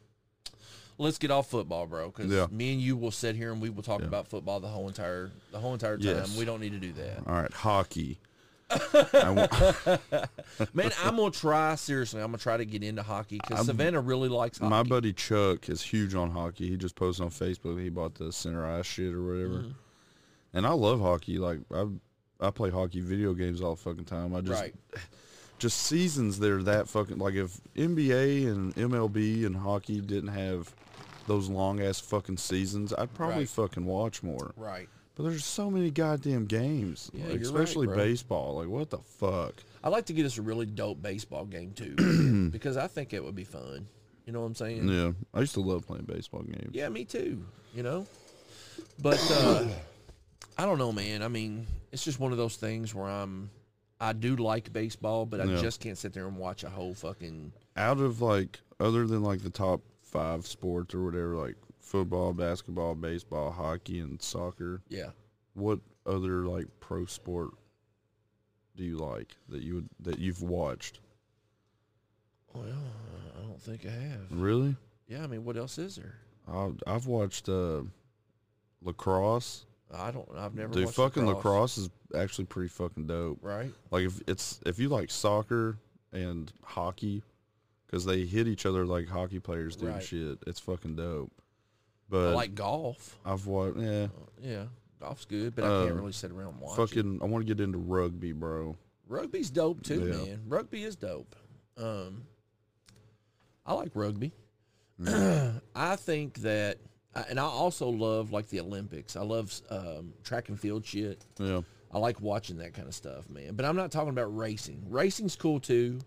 Speaker 3: let's get off football, bro. Because
Speaker 4: Yeah.
Speaker 3: me and you will sit here and we will talk
Speaker 4: Yeah.
Speaker 3: about football the whole entire the whole entire time.
Speaker 4: Yes.
Speaker 3: We don't need to do that.
Speaker 4: All right, hockey. I wa-
Speaker 3: Man, I'm gonna try seriously. I'm gonna try to get into hockey because Savannah really likes hockey.
Speaker 4: my buddy Chuck is huge on hockey. He just posted on Facebook he bought the center ice shit or whatever.
Speaker 3: Mm-hmm.
Speaker 4: And I love hockey. Like I, I play hockey video games all the fucking time. I just
Speaker 3: right.
Speaker 4: just seasons they're that fucking like if NBA and MLB and hockey didn't have those long ass fucking seasons, I'd probably
Speaker 3: Right.
Speaker 4: fucking watch more.
Speaker 3: Right.
Speaker 4: But there's so many goddamn games,
Speaker 3: Yeah,
Speaker 4: like,
Speaker 3: you're right,
Speaker 4: especially
Speaker 3: bro.
Speaker 4: baseball. Like what the fuck?
Speaker 3: I'd like to get us a really dope baseball game too, because I think it would be fun. You know what I'm saying?
Speaker 4: Yeah, I used to love playing baseball games.
Speaker 3: Yeah, me too. You know, but uh, I don't know, man. I mean, it's just one of those things where I'm. I do like baseball, but I
Speaker 4: Yeah.
Speaker 3: just can't sit there and watch a whole fucking.
Speaker 4: out of like other than like the top five sports or whatever, like football, basketball, baseball, hockey, and soccer,
Speaker 3: Yeah.
Speaker 4: what other like pro sport do you like that you would that you've watched?
Speaker 3: Well, I don't think I have.
Speaker 4: Really?
Speaker 3: Yeah, I mean, what else is there?
Speaker 4: I've, I've watched uh, lacrosse.
Speaker 3: I don't. I've never.
Speaker 4: Dude,
Speaker 3: watched
Speaker 4: fucking lacrosse. is actually pretty fucking dope.
Speaker 3: Right.
Speaker 4: Like if it's if you like soccer and hockey, because they hit each other like hockey players do and
Speaker 3: Right.
Speaker 4: shit. It's fucking dope.
Speaker 3: I
Speaker 4: But
Speaker 3: like golf.
Speaker 4: I've watched. Yeah,
Speaker 3: Yeah, golf's good, but I can't
Speaker 4: Um,
Speaker 3: really sit around and watch it.
Speaker 4: fucking. I want to get into rugby, bro.
Speaker 3: Rugby's dope too,
Speaker 4: Yeah.
Speaker 3: man. Rugby is dope. Um, I like rugby. I think that, I- and I also love like the Olympics. I love um, track and field shit.
Speaker 4: Yeah,
Speaker 3: I like watching that kind of stuff, man. But I'm not talking about racing. Racing's cool too,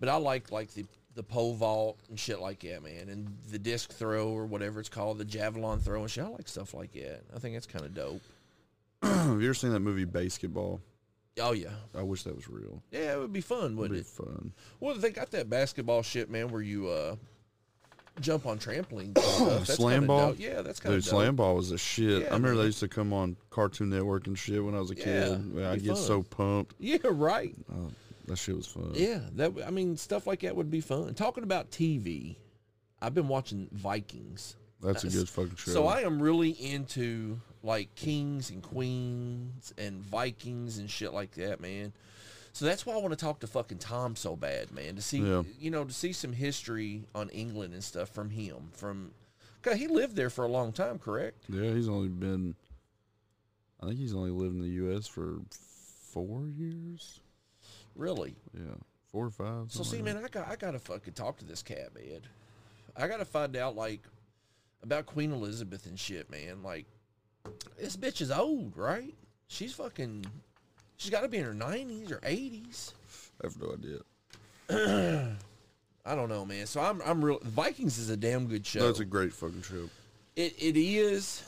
Speaker 3: but I like like the the pole vault and shit like that, man, and the disc throw or whatever it's called, the javelin throw and shit. I like stuff like that. I think that's kind of dope.
Speaker 4: Have you ever seen that movie Basketball?
Speaker 3: Oh yeah,
Speaker 4: I wish that was real.
Speaker 3: yeah, it would be fun,
Speaker 4: It'd
Speaker 3: wouldn't
Speaker 4: be
Speaker 3: it?
Speaker 4: fun.
Speaker 3: Well, they got that basketball shit, man, where you uh jump on trampolines. and stuff. That's
Speaker 4: Slam
Speaker 3: kinda
Speaker 4: ball?
Speaker 3: dope. Yeah, that's kind
Speaker 4: Dude,
Speaker 3: of dope.
Speaker 4: slam ball was a shit.
Speaker 3: Yeah,
Speaker 4: I remember
Speaker 3: man.
Speaker 4: they used to come on Cartoon Network and shit when I was a
Speaker 3: Yeah,
Speaker 4: kid.
Speaker 3: it'd
Speaker 4: I'd
Speaker 3: be
Speaker 4: get
Speaker 3: fun.
Speaker 4: so pumped.
Speaker 3: Yeah, right.
Speaker 4: Oh, that shit was fun.
Speaker 3: Yeah, that I mean, stuff like that would be fun. Talking about TV, I've been watching Vikings.
Speaker 4: That's a
Speaker 3: Uh,
Speaker 4: good fucking show.
Speaker 3: So I am really into like kings and queens and Vikings and shit like that, man. So that's why I want to talk to fucking Tom so bad, man, to see
Speaker 4: Yeah.
Speaker 3: you know to see some history on England and stuff from him. From cause he lived there for a long time, correct?
Speaker 4: Yeah, he's only been. I think he's only lived in the U.S. for four years.
Speaker 3: Really?
Speaker 4: Yeah, four or five.
Speaker 3: So see,
Speaker 4: something like
Speaker 3: man, I got I gotta fucking talk to this cat, man. I gotta find out like about Queen Elizabeth and shit, man. Like this bitch is old, right? She's fucking. She's got to be in her nineties or eighties.
Speaker 4: that. I have no idea.
Speaker 3: I don't know, man. So I'm I'm real. Vikings is a damn good show.
Speaker 4: That's a great fucking show.
Speaker 3: it it is,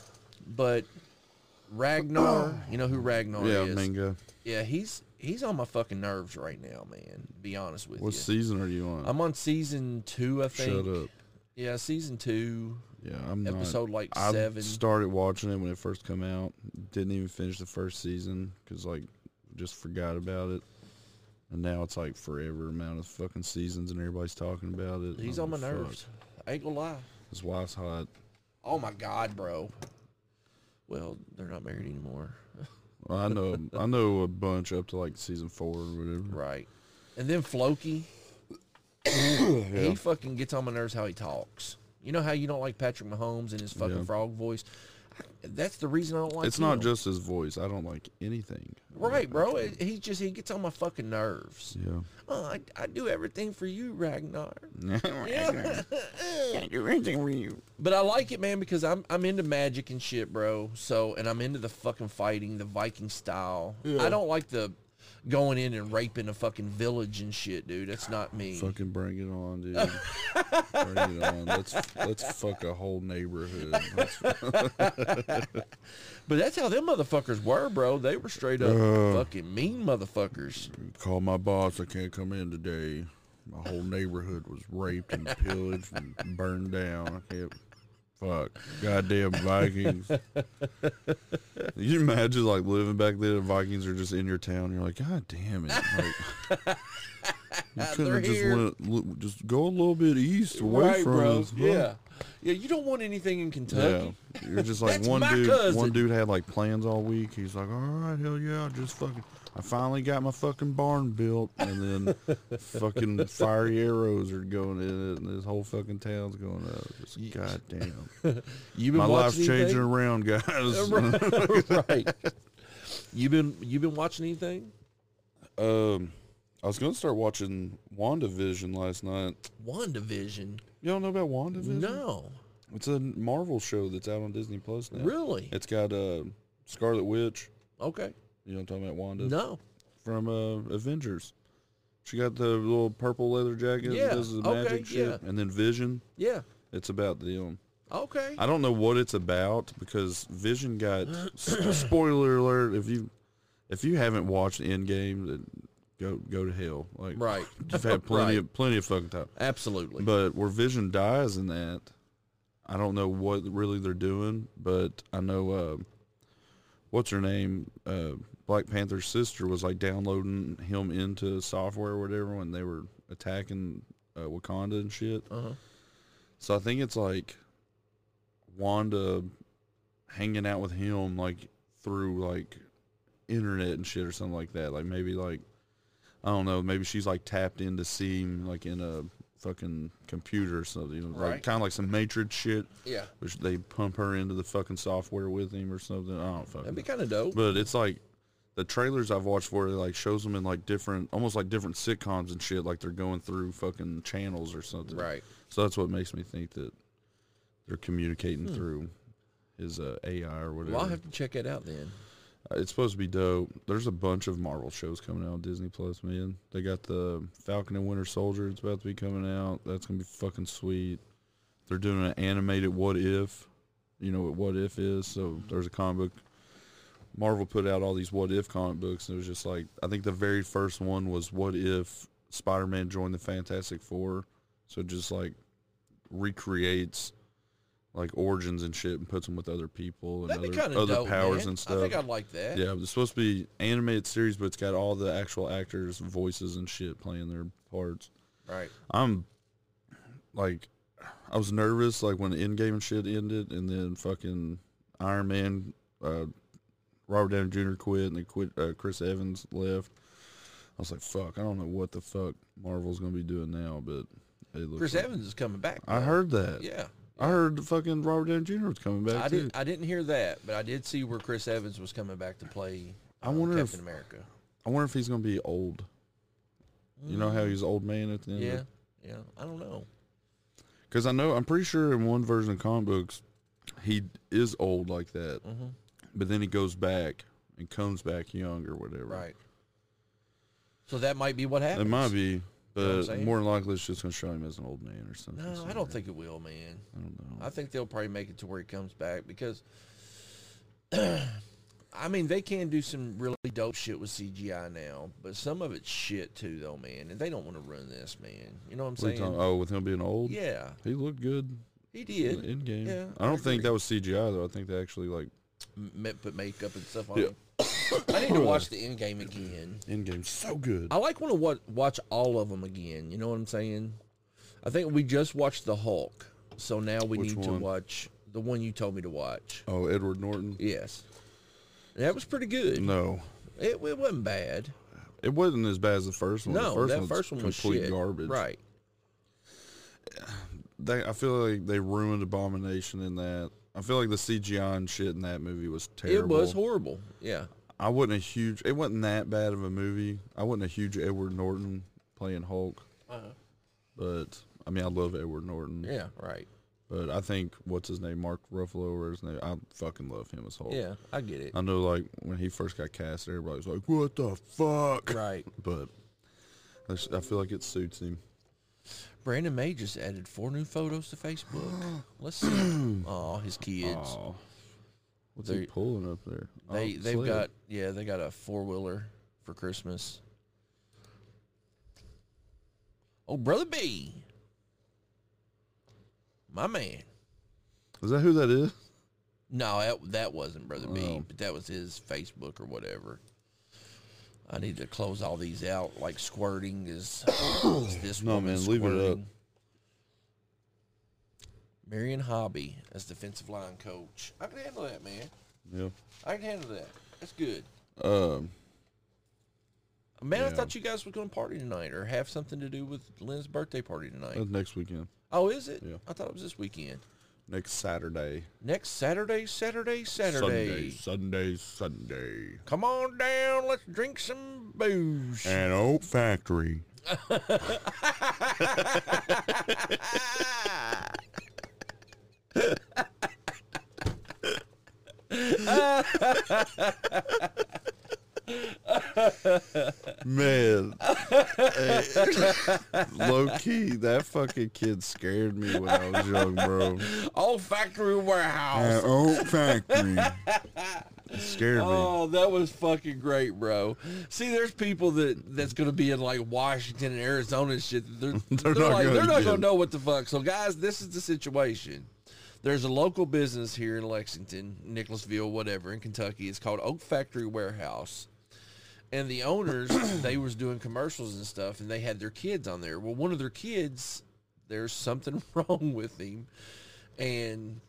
Speaker 3: but Ragnar, you know who Ragnar
Speaker 4: yeah,
Speaker 3: is?
Speaker 4: Mingo.
Speaker 3: Yeah, he's he's on my fucking nerves right now, man. to Be honest with
Speaker 4: What
Speaker 3: you.
Speaker 4: season are you on?
Speaker 3: I'm on season two, I think.
Speaker 4: Shut up.
Speaker 3: Yeah, season two.
Speaker 4: Yeah, I'm not-
Speaker 3: Episode, like,
Speaker 4: I
Speaker 3: seven.
Speaker 4: started watching it when it first come out. Didn't even finish the first season because like just forgot about it. And now it's like forever amount of fucking seasons and everybody's talking about it.
Speaker 3: He's
Speaker 4: I'm
Speaker 3: on my
Speaker 4: like, Oh, fuck.
Speaker 3: nerves. I ain't gonna lie.
Speaker 4: His wife's hot.
Speaker 3: Oh my god, bro. Well, they're not married anymore.
Speaker 4: Well, I know I know a bunch up to like season four or whatever.
Speaker 3: right. And then Floki. He fucking gets on my nerves how he talks. You know how you don't like Patrick Mahomes and his fucking
Speaker 4: Yeah.
Speaker 3: frog voice? I- That's the reason I don't like
Speaker 4: It's not
Speaker 3: him.
Speaker 4: just his voice. I don't like anything.
Speaker 3: Right, bro. It, he just he gets on my fucking nerves.
Speaker 4: Yeah.
Speaker 3: Oh, I, I do everything for you, Ragnar. Yeah. But I like it, man, because I'm I'm into magic and shit, bro. So and I'm into the fucking fighting, the Viking style. I don't like the going in and raping a fucking village and shit, dude. That's not me.
Speaker 4: Fucking bring it on, dude. bring it on. Let's let's fuck a whole neighborhood. Let's-
Speaker 3: But that's how them motherfuckers were, bro. They were straight up fucking mean motherfuckers.
Speaker 4: Call my boss. I can't come in today. My whole neighborhood was raped and pillaged and burned down. I can't. Fuck. Goddamn Vikings. Can you imagine like living back then? The Vikings are just in your town. You're like, God damn it. Like, you couldn't
Speaker 3: They're
Speaker 4: have just
Speaker 3: here.
Speaker 4: went, look, just go a little bit east away from us. huh?
Speaker 3: Yeah. Yeah, you don't want anything in
Speaker 4: Yeah,
Speaker 3: Kentucky.
Speaker 4: you're just like
Speaker 3: That's
Speaker 4: one
Speaker 3: my
Speaker 4: dude. One
Speaker 3: cousin.
Speaker 4: dude had like plans all week. He's like, "All right, hell yeah, I just fucking, I finally got my fucking barn built." And then fucking fiery arrows are going in it, and this whole fucking town's going up. Just goddamn,
Speaker 3: You've been
Speaker 4: my life's
Speaker 3: watching
Speaker 4: changing
Speaker 3: anything?
Speaker 4: around, guys.
Speaker 3: right. You've been you've been watching anything?
Speaker 4: um, I was gonna start watching WandaVision last night.
Speaker 3: WandaVision.
Speaker 4: Y'all know about WandaVision?
Speaker 3: No.
Speaker 4: it's a Marvel show that's out on Disney Plus now.
Speaker 3: Really?
Speaker 4: It's got uh, Scarlet Witch.
Speaker 3: Okay.
Speaker 4: You know what I'm talking about, Wanda?
Speaker 3: No.
Speaker 4: from uh, Avengers. She got the little purple leather jacket
Speaker 3: Yeah,
Speaker 4: that does the
Speaker 3: okay,
Speaker 4: magic shit.
Speaker 3: yeah.
Speaker 4: And then Vision.
Speaker 3: Yeah.
Speaker 4: It's about them.
Speaker 3: Okay.
Speaker 4: I don't know what it's about because Vision got s- spoiler alert. If you if you haven't watched Endgame, then go go to hell. Like
Speaker 3: Right.
Speaker 4: you've had plenty
Speaker 3: Right.
Speaker 4: of plenty of fucking time.
Speaker 3: Absolutely.
Speaker 4: But where Vision dies in that, I don't know what really they're doing, but I know uh, what's her name, uh, Black Panther's sister was like downloading him into software or whatever when they were attacking uh, Wakanda and shit.
Speaker 3: Uh-huh.
Speaker 4: So I think it's like Wanda hanging out with him like through like internet and shit or something like that. Like maybe like I don't know, maybe she's like tapped in to see him like in a fucking computer or something. You know, like
Speaker 3: Right.
Speaker 4: kinda like some matrix shit.
Speaker 3: yeah.
Speaker 4: Which they pump her into the fucking software with him or something. I don't fucking
Speaker 3: That'd be kind of dope.
Speaker 4: but it's like the trailers I've watched for it like shows them in like different, almost like different sitcoms and shit. Like they're going through fucking channels or something.
Speaker 3: Right.
Speaker 4: So that's what makes me think that they're communicating through his uh, AI or whatever.
Speaker 3: Well, I'll have to check it out then.
Speaker 4: It's supposed to be dope. There's a bunch of Marvel shows coming out on Disney Plus, man. They got the Falcon and Winter Soldier. It's about to be coming out. That's gonna be fucking sweet. They're doing an animated What If. You know what What If is? So there's a comic book. Marvel put out all these What If comic books, and it was just like I think the very first one was What If Spider-Man joined the Fantastic Four. So it just like recreates like origins and shit, and puts them with other people and
Speaker 3: That'd be kind
Speaker 4: other
Speaker 3: of
Speaker 4: other
Speaker 3: dope,
Speaker 4: powers
Speaker 3: man.
Speaker 4: and stuff.
Speaker 3: I think I'd like that.
Speaker 4: Yeah, it's supposed to be animated series, but it's got all the actual actors' voices and shit playing their parts.
Speaker 3: Right.
Speaker 4: I'm like, I was nervous like when the Endgame and shit ended, and then fucking Iron Man, uh, Robert Downey Jr. quit, and they quit. Uh, Chris Evans left. I was like, fuck, I don't know what the fuck Marvel's gonna be doing now, but it looks.
Speaker 3: Chris
Speaker 4: like-
Speaker 3: Evans is coming back.
Speaker 4: I
Speaker 3: though.
Speaker 4: heard that.
Speaker 3: Yeah.
Speaker 4: I heard fucking Robert Downey Jr. was coming back
Speaker 3: I
Speaker 4: too.
Speaker 3: didn't. I didn't hear that, but I did see where Chris Evans was coming back to play.
Speaker 4: I
Speaker 3: um,
Speaker 4: wonder if-
Speaker 3: Captain America.
Speaker 4: I wonder if he's gonna be old. You know how he's old man at the end.
Speaker 3: Yeah. Yeah. I don't know.
Speaker 4: Because I know I'm pretty sure in one version of comic books, he is old like that,
Speaker 3: Mm-hmm.
Speaker 4: but then he goes back and comes back young or whatever.
Speaker 3: Right. So that might be what happens.
Speaker 4: It might be,
Speaker 3: what I'm
Speaker 4: but
Speaker 3: saying?
Speaker 4: more than likely it's just gonna show him as an old man or something.
Speaker 3: No, I
Speaker 4: somewhere.
Speaker 3: don't think it will, man.
Speaker 4: I don't know.
Speaker 3: I think they'll probably make it to where he comes back because, I mean, they can do some really dope shit with CGI now, but some of it's shit too, though, man. And they don't want to run this, man. You know what I'm
Speaker 4: What are you
Speaker 3: saying?
Speaker 4: talking- oh, with him being old.
Speaker 3: Yeah,
Speaker 4: He looked good
Speaker 3: he
Speaker 4: in
Speaker 3: did.
Speaker 4: the end game.
Speaker 3: Yeah,
Speaker 4: I don't think that was CGI though. I think they actually like
Speaker 3: M- put makeup and stuff on
Speaker 4: Yeah.
Speaker 3: him. I need to watch the end game again.
Speaker 4: end game so good.
Speaker 3: I like want to wa- watch all of them again. You know what I'm saying? I think we just watched the Hulk, so now we
Speaker 4: Which
Speaker 3: need
Speaker 4: one?
Speaker 3: to watch the one you told me to watch.
Speaker 4: Oh, Edward Norton.
Speaker 3: Yes, that was pretty good.
Speaker 4: No,
Speaker 3: It, it wasn't bad.
Speaker 4: it wasn't as bad as the first one.
Speaker 3: No,
Speaker 4: the first
Speaker 3: that
Speaker 4: one's
Speaker 3: first one was
Speaker 4: complete
Speaker 3: shit.
Speaker 4: garbage.
Speaker 3: Right.
Speaker 4: they I feel like they ruined Abomination in that. I feel like the CGI and shit in that movie was terrible.
Speaker 3: It was horrible. Yeah.
Speaker 4: I wasn't a huge. It wasn't that bad of a movie. I wasn't a huge Edward Norton playing Hulk. But I mean, I love Edward Norton.
Speaker 3: Uh-huh. Yeah. Right.
Speaker 4: But I think what's his name, Mark Ruffalo, or his name. I fucking love him as Hulk.
Speaker 3: Yeah. I get it.
Speaker 4: I know, like when he first got cast, everybody was like, "What the fuck?"
Speaker 3: Right.
Speaker 4: But I s- I feel like it suits him.
Speaker 3: Brandon May just added four new photos to Facebook. Let's see. Oh, his kids.
Speaker 4: Aw. what's
Speaker 3: They-
Speaker 4: he pulling up there?
Speaker 3: They
Speaker 4: Oh,
Speaker 3: they've
Speaker 4: Slayer.
Speaker 3: got yeah they got a four wheeler for Christmas. Oh, brother B, my man.
Speaker 4: Is that who that is?
Speaker 3: No, that, that wasn't brother B,
Speaker 4: Oh.
Speaker 3: but that was his Facebook or whatever. I need to close all these out. Like squirting is, is this
Speaker 4: No,
Speaker 3: woman
Speaker 4: man, leave it up.
Speaker 3: squirting. Marion Hobby as defensive line coach. I can handle that, man.
Speaker 4: Yeah.
Speaker 3: I can handle that. That's good.
Speaker 4: Um,
Speaker 3: Man, I
Speaker 4: Yeah.
Speaker 3: thought you guys were going to party tonight or have something to do with Lynn's birthday party tonight.
Speaker 4: that's next weekend,
Speaker 3: oh, is it?
Speaker 4: Uh, yeah.
Speaker 3: I thought it was this weekend.
Speaker 4: next Saturday,
Speaker 3: Next Saturday, Saturday, Saturday.
Speaker 4: Sunday, Sunday, Sunday,
Speaker 3: Come on down. Let's drink some booze.
Speaker 4: and Oak Factory. Man, Hey. low key, that fucking kid scared me when I was young, bro.
Speaker 3: Old factory warehouse.
Speaker 4: At Oak Factory. It scared me.
Speaker 3: Oh, that was fucking great, bro. See, there's people that that's gonna be in like Washington and Arizona and shit. that They're, they're,
Speaker 4: not
Speaker 3: like
Speaker 4: gonna
Speaker 3: they're not
Speaker 4: get
Speaker 3: gonna
Speaker 4: it.
Speaker 3: know what the fuck. So, guys, this is the situation. There's a local business here in Lexington, Nicholasville, whatever, in Kentucky. It's called Oak Factory Warehouse. And the owners, they was doing commercials and stuff, and they had their kids on there. Well, one of their kids, there's something wrong with him, and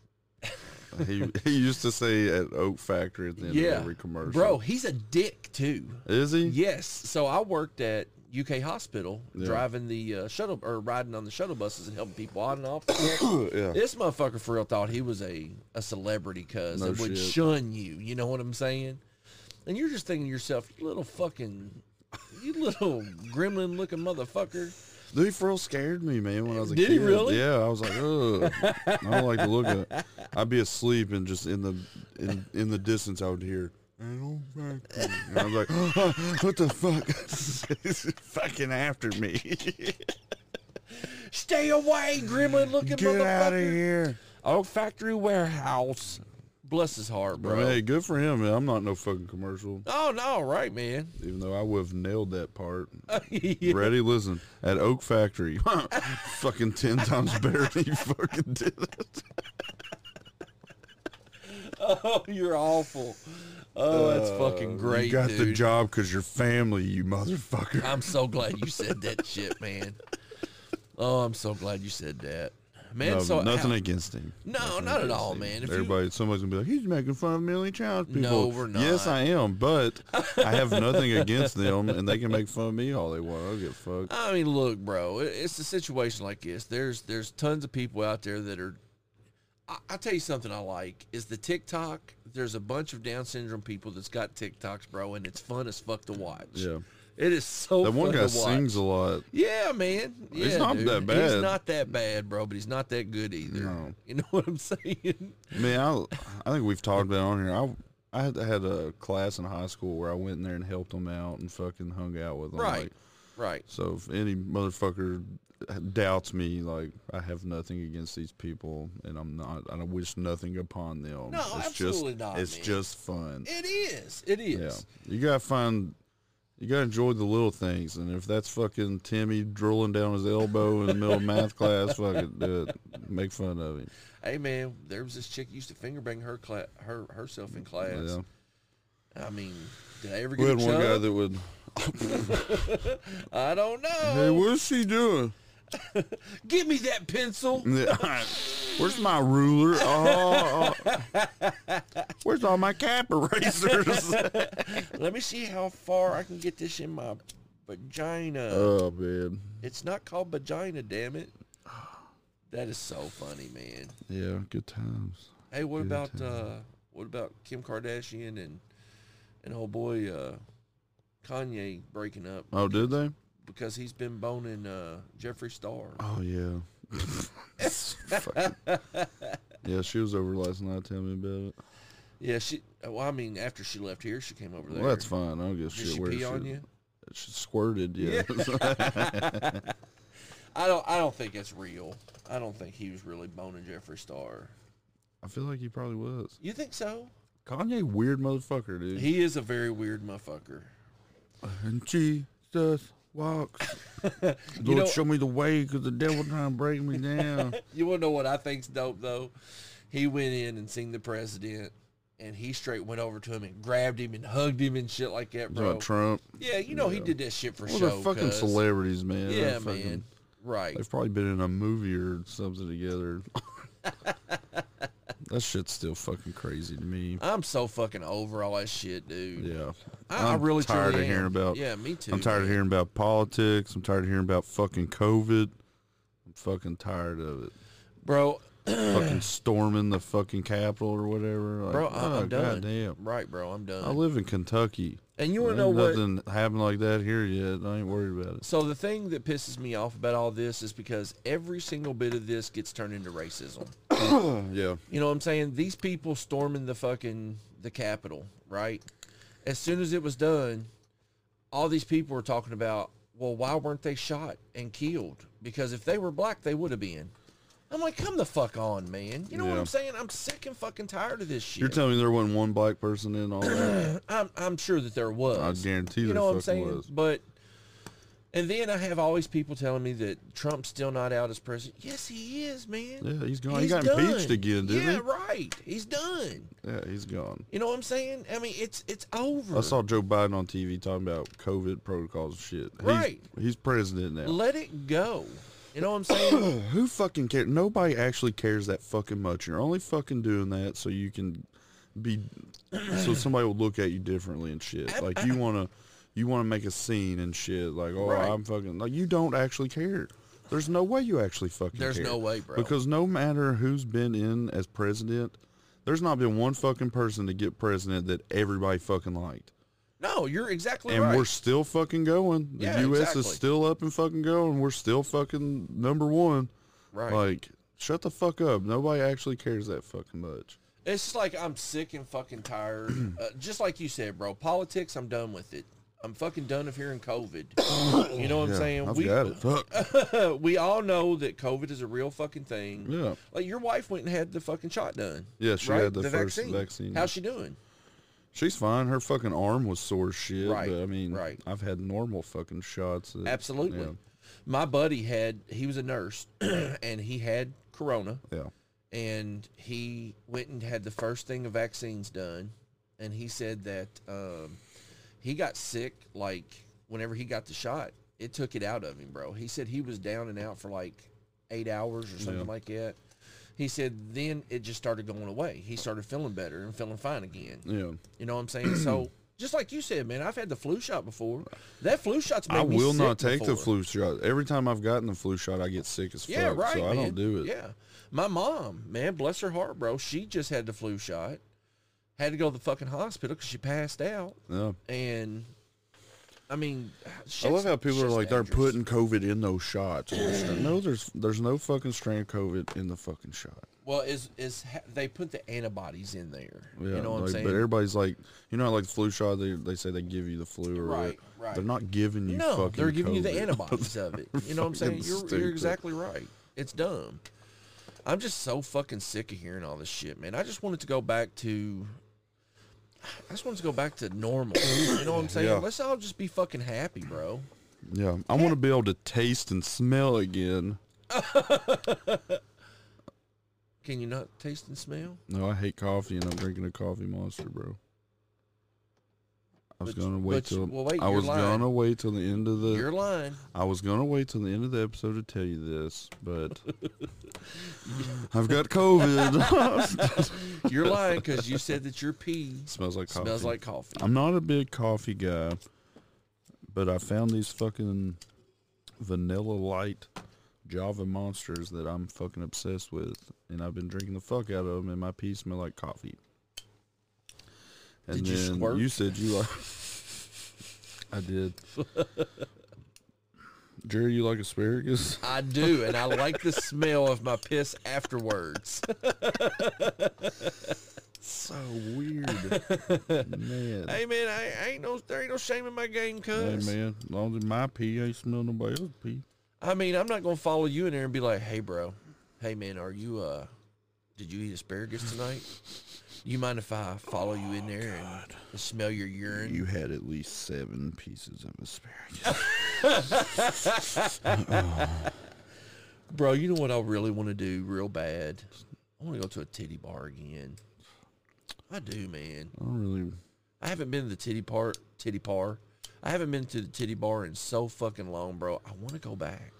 Speaker 4: He, he used to say at Oak Factory at the end
Speaker 3: yeah,
Speaker 4: of every commercial.
Speaker 3: bro, he's a dick too.
Speaker 4: Is he?
Speaker 3: Yes. So I worked at UK Hospital,
Speaker 4: Yeah.
Speaker 3: driving the uh, shuttle or riding on the shuttle buses and helping people on and off.
Speaker 4: yeah.
Speaker 3: this motherfucker for real thought he was a a celebrity cuz
Speaker 4: No
Speaker 3: that would
Speaker 4: shit.
Speaker 3: shun you. You know what I'm saying? And you're just thinking to yourself, you little fucking, you little gremlin looking motherfucker.
Speaker 4: Dude, he for real scared me, man, when I was a
Speaker 3: Did he
Speaker 4: kid.
Speaker 3: really?
Speaker 4: Yeah, I was like, ugh. I don't like the look of it. I'd be asleep and just in the in, in the distance I would hear, I don't And I was like, what the fuck? He's fucking after me.
Speaker 3: Stay away, gremlin looking
Speaker 4: Get out of
Speaker 3: motherfucker.
Speaker 4: here.
Speaker 3: Oh, factory warehouse. Bless his heart,
Speaker 4: Bro.
Speaker 3: bro.
Speaker 4: hey, good for him, man. I'm not no fucking commercial,
Speaker 3: Oh no, right, man.
Speaker 4: even though I would have nailed that part.
Speaker 3: Oh, Yeah.
Speaker 4: Ready, listen. At Oak Factory, fucking 10 times better than you fucking did it.
Speaker 3: Oh, you're awful. Oh, that's fucking great.
Speaker 4: Uh, you got
Speaker 3: dude. Uh,
Speaker 4: the job because your family, you motherfucker.
Speaker 3: I'm so glad you said that shit, man. Oh, I'm so glad you said that, man.
Speaker 4: No,
Speaker 3: so
Speaker 4: nothing
Speaker 3: how-
Speaker 4: against him.
Speaker 3: No,
Speaker 4: Nothing
Speaker 3: not at
Speaker 4: against
Speaker 3: all,
Speaker 4: him.
Speaker 3: man. If you-
Speaker 4: Everybody, somebody's gonna be like, "He's making fun of mentally challenged people."
Speaker 3: No, we're
Speaker 4: Yes,
Speaker 3: not.
Speaker 4: I am, but I have nothing against them, and they can make fun of me all they want. I'll get fucked.
Speaker 3: I mean, look, bro, it- it's a situation like this. There's there's tons of people out there that are. I, I tell you something I like is the TikTok. There's a bunch of Down syndrome people that's got TikToks, bro, and it's fun as fuck to watch.
Speaker 4: Yeah.
Speaker 3: it is so.
Speaker 4: That one
Speaker 3: fun
Speaker 4: guy
Speaker 3: to Oh, watch.
Speaker 4: sings a lot.
Speaker 3: Yeah, man. Yeah,
Speaker 4: He's not
Speaker 3: dude.
Speaker 4: that
Speaker 3: He's
Speaker 4: bad.
Speaker 3: not that bad, bro, but he's not that good either.
Speaker 4: No.
Speaker 3: You know what I'm saying?
Speaker 4: Man, I, I think we've talked about it on here. I, I had, had a class in high school where I went in there and helped them out and fucking hung out with them.
Speaker 3: Right.
Speaker 4: like,
Speaker 3: Right.
Speaker 4: so if any motherfucker doubts me, like I have nothing against these people, and I'm not. I don't wish nothing upon them.
Speaker 3: No,
Speaker 4: it's
Speaker 3: absolutely
Speaker 4: just,
Speaker 3: not,
Speaker 4: It's
Speaker 3: man.
Speaker 4: just fun.
Speaker 3: It is. It
Speaker 4: Yeah,
Speaker 3: is.
Speaker 4: you gotta find, you gotta enjoy the little things, and if that's fucking Timmy drooling down his elbow in the middle of math class, fucking do it. Make fun of him.
Speaker 3: Hey, man, there was this chick used to finger bang her cla- her herself in class.
Speaker 4: Yeah.
Speaker 3: I mean, did I ever
Speaker 4: We
Speaker 3: get
Speaker 4: had
Speaker 3: a
Speaker 4: one guy
Speaker 3: chub?
Speaker 4: that would.
Speaker 3: I don't
Speaker 4: Hey,
Speaker 3: know.
Speaker 4: what's she doing?
Speaker 3: Give me that pencil.
Speaker 4: And then, Where's my ruler? Oh, where's all my cap erasers?
Speaker 3: Let me see how far I can get this in my vagina.
Speaker 4: oh man,
Speaker 3: it's not called vagina, damn it. That is so funny, man.
Speaker 4: yeah, good times.
Speaker 3: Hey, what about uh, what about Kim Kardashian and and old boy uh, Kanye breaking up
Speaker 4: Oh, did they?
Speaker 3: because he's been boning uh, Jeffree Star?
Speaker 4: Oh yeah. Fucking- yeah, she was over last night. Tell me about it.
Speaker 3: Yeah, she. Well, I mean, after she left here, she came over there.
Speaker 4: Well, that's fine. I don't give
Speaker 3: Did
Speaker 4: a shit
Speaker 3: she
Speaker 4: where
Speaker 3: pee
Speaker 4: she,
Speaker 3: on you?
Speaker 4: she squirted. Yeah.
Speaker 3: I don't. I don't think it's real. I don't think he was really boning Jeffree Star.
Speaker 4: I feel like he probably was.
Speaker 3: You think so?
Speaker 4: Kanye, weird motherfucker, dude.
Speaker 3: He is a very weird motherfucker.
Speaker 4: and Jesus walks. Lord,
Speaker 3: know-
Speaker 4: show me the way, cause the devil trying to break me down.
Speaker 3: You want to know what I think's dope though? He went in and seen the president, and he straight went over to him and grabbed him and hugged him and shit like that,
Speaker 4: Talking
Speaker 3: bro.
Speaker 4: about Trump.
Speaker 3: Yeah, you know he did that shit for
Speaker 4: Well,
Speaker 3: show.
Speaker 4: they're fucking
Speaker 3: cuz.
Speaker 4: celebrities, man.
Speaker 3: Yeah,
Speaker 4: They're fucking-
Speaker 3: man. Right.
Speaker 4: They've probably been in a movie or something together. that shit's still fucking crazy to me.
Speaker 3: I'm so fucking over all that shit, dude.
Speaker 4: Yeah,
Speaker 3: I, I
Speaker 4: I'm
Speaker 3: really
Speaker 4: tired
Speaker 3: truly
Speaker 4: of hearing
Speaker 3: am.
Speaker 4: about.
Speaker 3: Yeah, me too.
Speaker 4: I'm tired of
Speaker 3: man.
Speaker 4: hearing about politics. I'm tired of hearing about fucking COVID. I'm fucking tired of it.
Speaker 3: bro.
Speaker 4: fucking storming the fucking Capitol or whatever. Like,
Speaker 3: Bro, I-
Speaker 4: oh,
Speaker 3: I'm done.
Speaker 4: Goddamn.
Speaker 3: Right, bro, I'm done.
Speaker 4: I live in Kentucky.
Speaker 3: And you wanna
Speaker 4: Ain't
Speaker 3: know what-
Speaker 4: nothing happened like that here yet. I ain't worried about it.
Speaker 3: So the thing that pisses me off about all this is because every single bit of this gets turned into racism.
Speaker 4: Yeah.
Speaker 3: You know what I'm saying? These people storming the fucking the Capitol, right? As soon as it was done, all these people were talking about, well, why weren't they shot and killed? Because if they were black, they would have been. I'm like, come the fuck on, man. You know what
Speaker 4: Yeah.
Speaker 3: I'm saying? I'm sick and fucking tired of this shit.
Speaker 4: You're telling me there wasn't one black person in all that?
Speaker 3: I'm I'm sure that there was.
Speaker 4: I guarantee
Speaker 3: you
Speaker 4: there
Speaker 3: know what I'm
Speaker 4: fucking
Speaker 3: saying.
Speaker 4: was.
Speaker 3: But and then I have all these people telling me that Trump's still not out as president. Yes, he is, man.
Speaker 4: Yeah, he's gone. He got impeached
Speaker 3: done.
Speaker 4: again, didn't
Speaker 3: yeah,
Speaker 4: he?
Speaker 3: right. He's done.
Speaker 4: yeah, he's gone.
Speaker 3: You know what I'm saying? I mean, it's it's over.
Speaker 4: I saw Joe Biden on TV talking about COVID protocols and shit. He's-
Speaker 3: Right.
Speaker 4: He's, president now.
Speaker 3: Let it go. You know what I'm saying?
Speaker 4: Who fucking cares? Nobody actually cares that fucking much. You're only fucking doing that so you can be, so somebody will look at you differently and shit. Like you wanna, you wanna make a scene and shit. Like oh,
Speaker 3: Right.
Speaker 4: I'm fucking like you don't actually care. There's no way you actually fucking.
Speaker 3: There's
Speaker 4: care.
Speaker 3: no way, bro.
Speaker 4: Because no matter who's been in as president, there's not been one fucking person to get president that everybody fucking liked.
Speaker 3: no, you're exactly
Speaker 4: And
Speaker 3: right.
Speaker 4: we're still fucking going. The
Speaker 3: Yeah,
Speaker 4: U.S.
Speaker 3: exactly.
Speaker 4: is still up and fucking going. We're still fucking number one.
Speaker 3: right.
Speaker 4: Like, shut the fuck up. Nobody actually cares that fucking much.
Speaker 3: It's just like I'm sick and fucking tired. uh, just like you said, bro. Politics, I'm done with it. I'm fucking done of hearing COVID. you know what I'm
Speaker 4: Yeah,
Speaker 3: saying?
Speaker 4: I've got it. Fuck.
Speaker 3: we all know that COVID is a real fucking thing.
Speaker 4: Yeah.
Speaker 3: Like your wife went and had the fucking shot done.
Speaker 4: Yeah, she had the first vaccine.
Speaker 3: How's she doing?
Speaker 4: She's fine. Her fucking arm was sore as shit.
Speaker 3: Right,
Speaker 4: But I mean,
Speaker 3: right.
Speaker 4: I've had normal fucking shots. that-
Speaker 3: Absolutely.
Speaker 4: Yeah.
Speaker 3: My buddy had he was a nurse and he had corona
Speaker 4: yeah.
Speaker 3: and he went and had the first thing of vaccines done and he said that um, he got sick like whenever he got the shot it took it out of him bro he said he was down and out for like eight hours or something
Speaker 4: Yeah.
Speaker 3: like that he said then it just started going away he started feeling better and feeling fine again
Speaker 4: Yeah.
Speaker 3: you know what i'm saying so just like you said man i've had the flu shot before that flu shot's made
Speaker 4: I
Speaker 3: me
Speaker 4: will not
Speaker 3: sick
Speaker 4: take the
Speaker 3: before.
Speaker 4: flu shot. Every time I've gotten the flu shot, I get sick as fuck.
Speaker 3: Yeah, right.
Speaker 4: So I
Speaker 3: man.
Speaker 4: don't do it.
Speaker 3: Yeah. My mom, man, bless her heart, bro. She just had the flu shot. Had to go to the fucking hospital because she passed out.
Speaker 4: Yeah.
Speaker 3: And I mean, shit's,
Speaker 4: I love how people are
Speaker 3: shit's
Speaker 4: like they're
Speaker 3: dangerous.
Speaker 4: putting COVID in those shots. no, there's there's no fucking strain of COVID in the fucking shot.
Speaker 3: Well, is is ha- they put the antibodies in there?
Speaker 4: Yeah,
Speaker 3: you know what I'm
Speaker 4: like,
Speaker 3: saying?
Speaker 4: but everybody's like, you know, how, like the flu shot. They, they say they give you the flu or
Speaker 3: Right,
Speaker 4: what?
Speaker 3: right.
Speaker 4: They're not giving you.
Speaker 3: no,
Speaker 4: fucking
Speaker 3: they're giving you the
Speaker 4: COVID.
Speaker 3: antibodies of it. You know what I'm saying?
Speaker 4: Fucking
Speaker 3: You're,
Speaker 4: stupid.
Speaker 3: you're exactly right. It's dumb. I'm just so fucking sick of hearing all this shit, man. I just wanted to go back to. I just wanted to go back to normal. You know what I'm saying?
Speaker 4: Yeah.
Speaker 3: Let's all just be fucking happy, bro.
Speaker 4: Yeah, I want to be able to taste and smell again.
Speaker 3: Can you not taste and smell?
Speaker 4: No, I hate coffee, and I'm drinking a coffee monster, bro. I was
Speaker 3: But-
Speaker 4: gonna wait
Speaker 3: but you-
Speaker 4: till
Speaker 3: well, wait,
Speaker 4: I
Speaker 3: you're
Speaker 4: was
Speaker 3: lying.
Speaker 4: gonna wait till the end of the
Speaker 3: You're lying.
Speaker 4: I was gonna wait till the end of the episode to tell you this, but I've got COVID.
Speaker 3: You're lying because you said that your pee
Speaker 4: smells like coffee.
Speaker 3: smells like coffee.
Speaker 4: I'm not a big coffee guy, but I found these fucking vanilla light Java monsters that I'm fucking obsessed with, and I've been drinking the fuck out of them, and my pee smell like coffee. And
Speaker 3: Did you
Speaker 4: then
Speaker 3: squirt?
Speaker 4: you said you like. I did. Jerry, you like asparagus?
Speaker 3: I do, and I like the smell of my piss afterwards.
Speaker 4: So weird, man.
Speaker 3: hey, man, I, I ain't no there ain't no shame in my game,
Speaker 4: Hey,
Speaker 3: cuz.
Speaker 4: man. As long as my pee ain't smell nobody else's pee.
Speaker 3: I mean, I'm not gonna follow you in there and be like, "Hey, bro, hey, man, are you uh, did you eat asparagus tonight? You mind if I follow you in there and smell your urine?"
Speaker 4: You had at least seven pieces of asparagus.
Speaker 3: Bro, you know what I really want to do real bad? I want to go to a titty bar again. I do, man.
Speaker 4: I don't really.
Speaker 3: I haven't been to the titty par titty par. I haven't been to the titty bar in so fucking long, bro. I want to go back.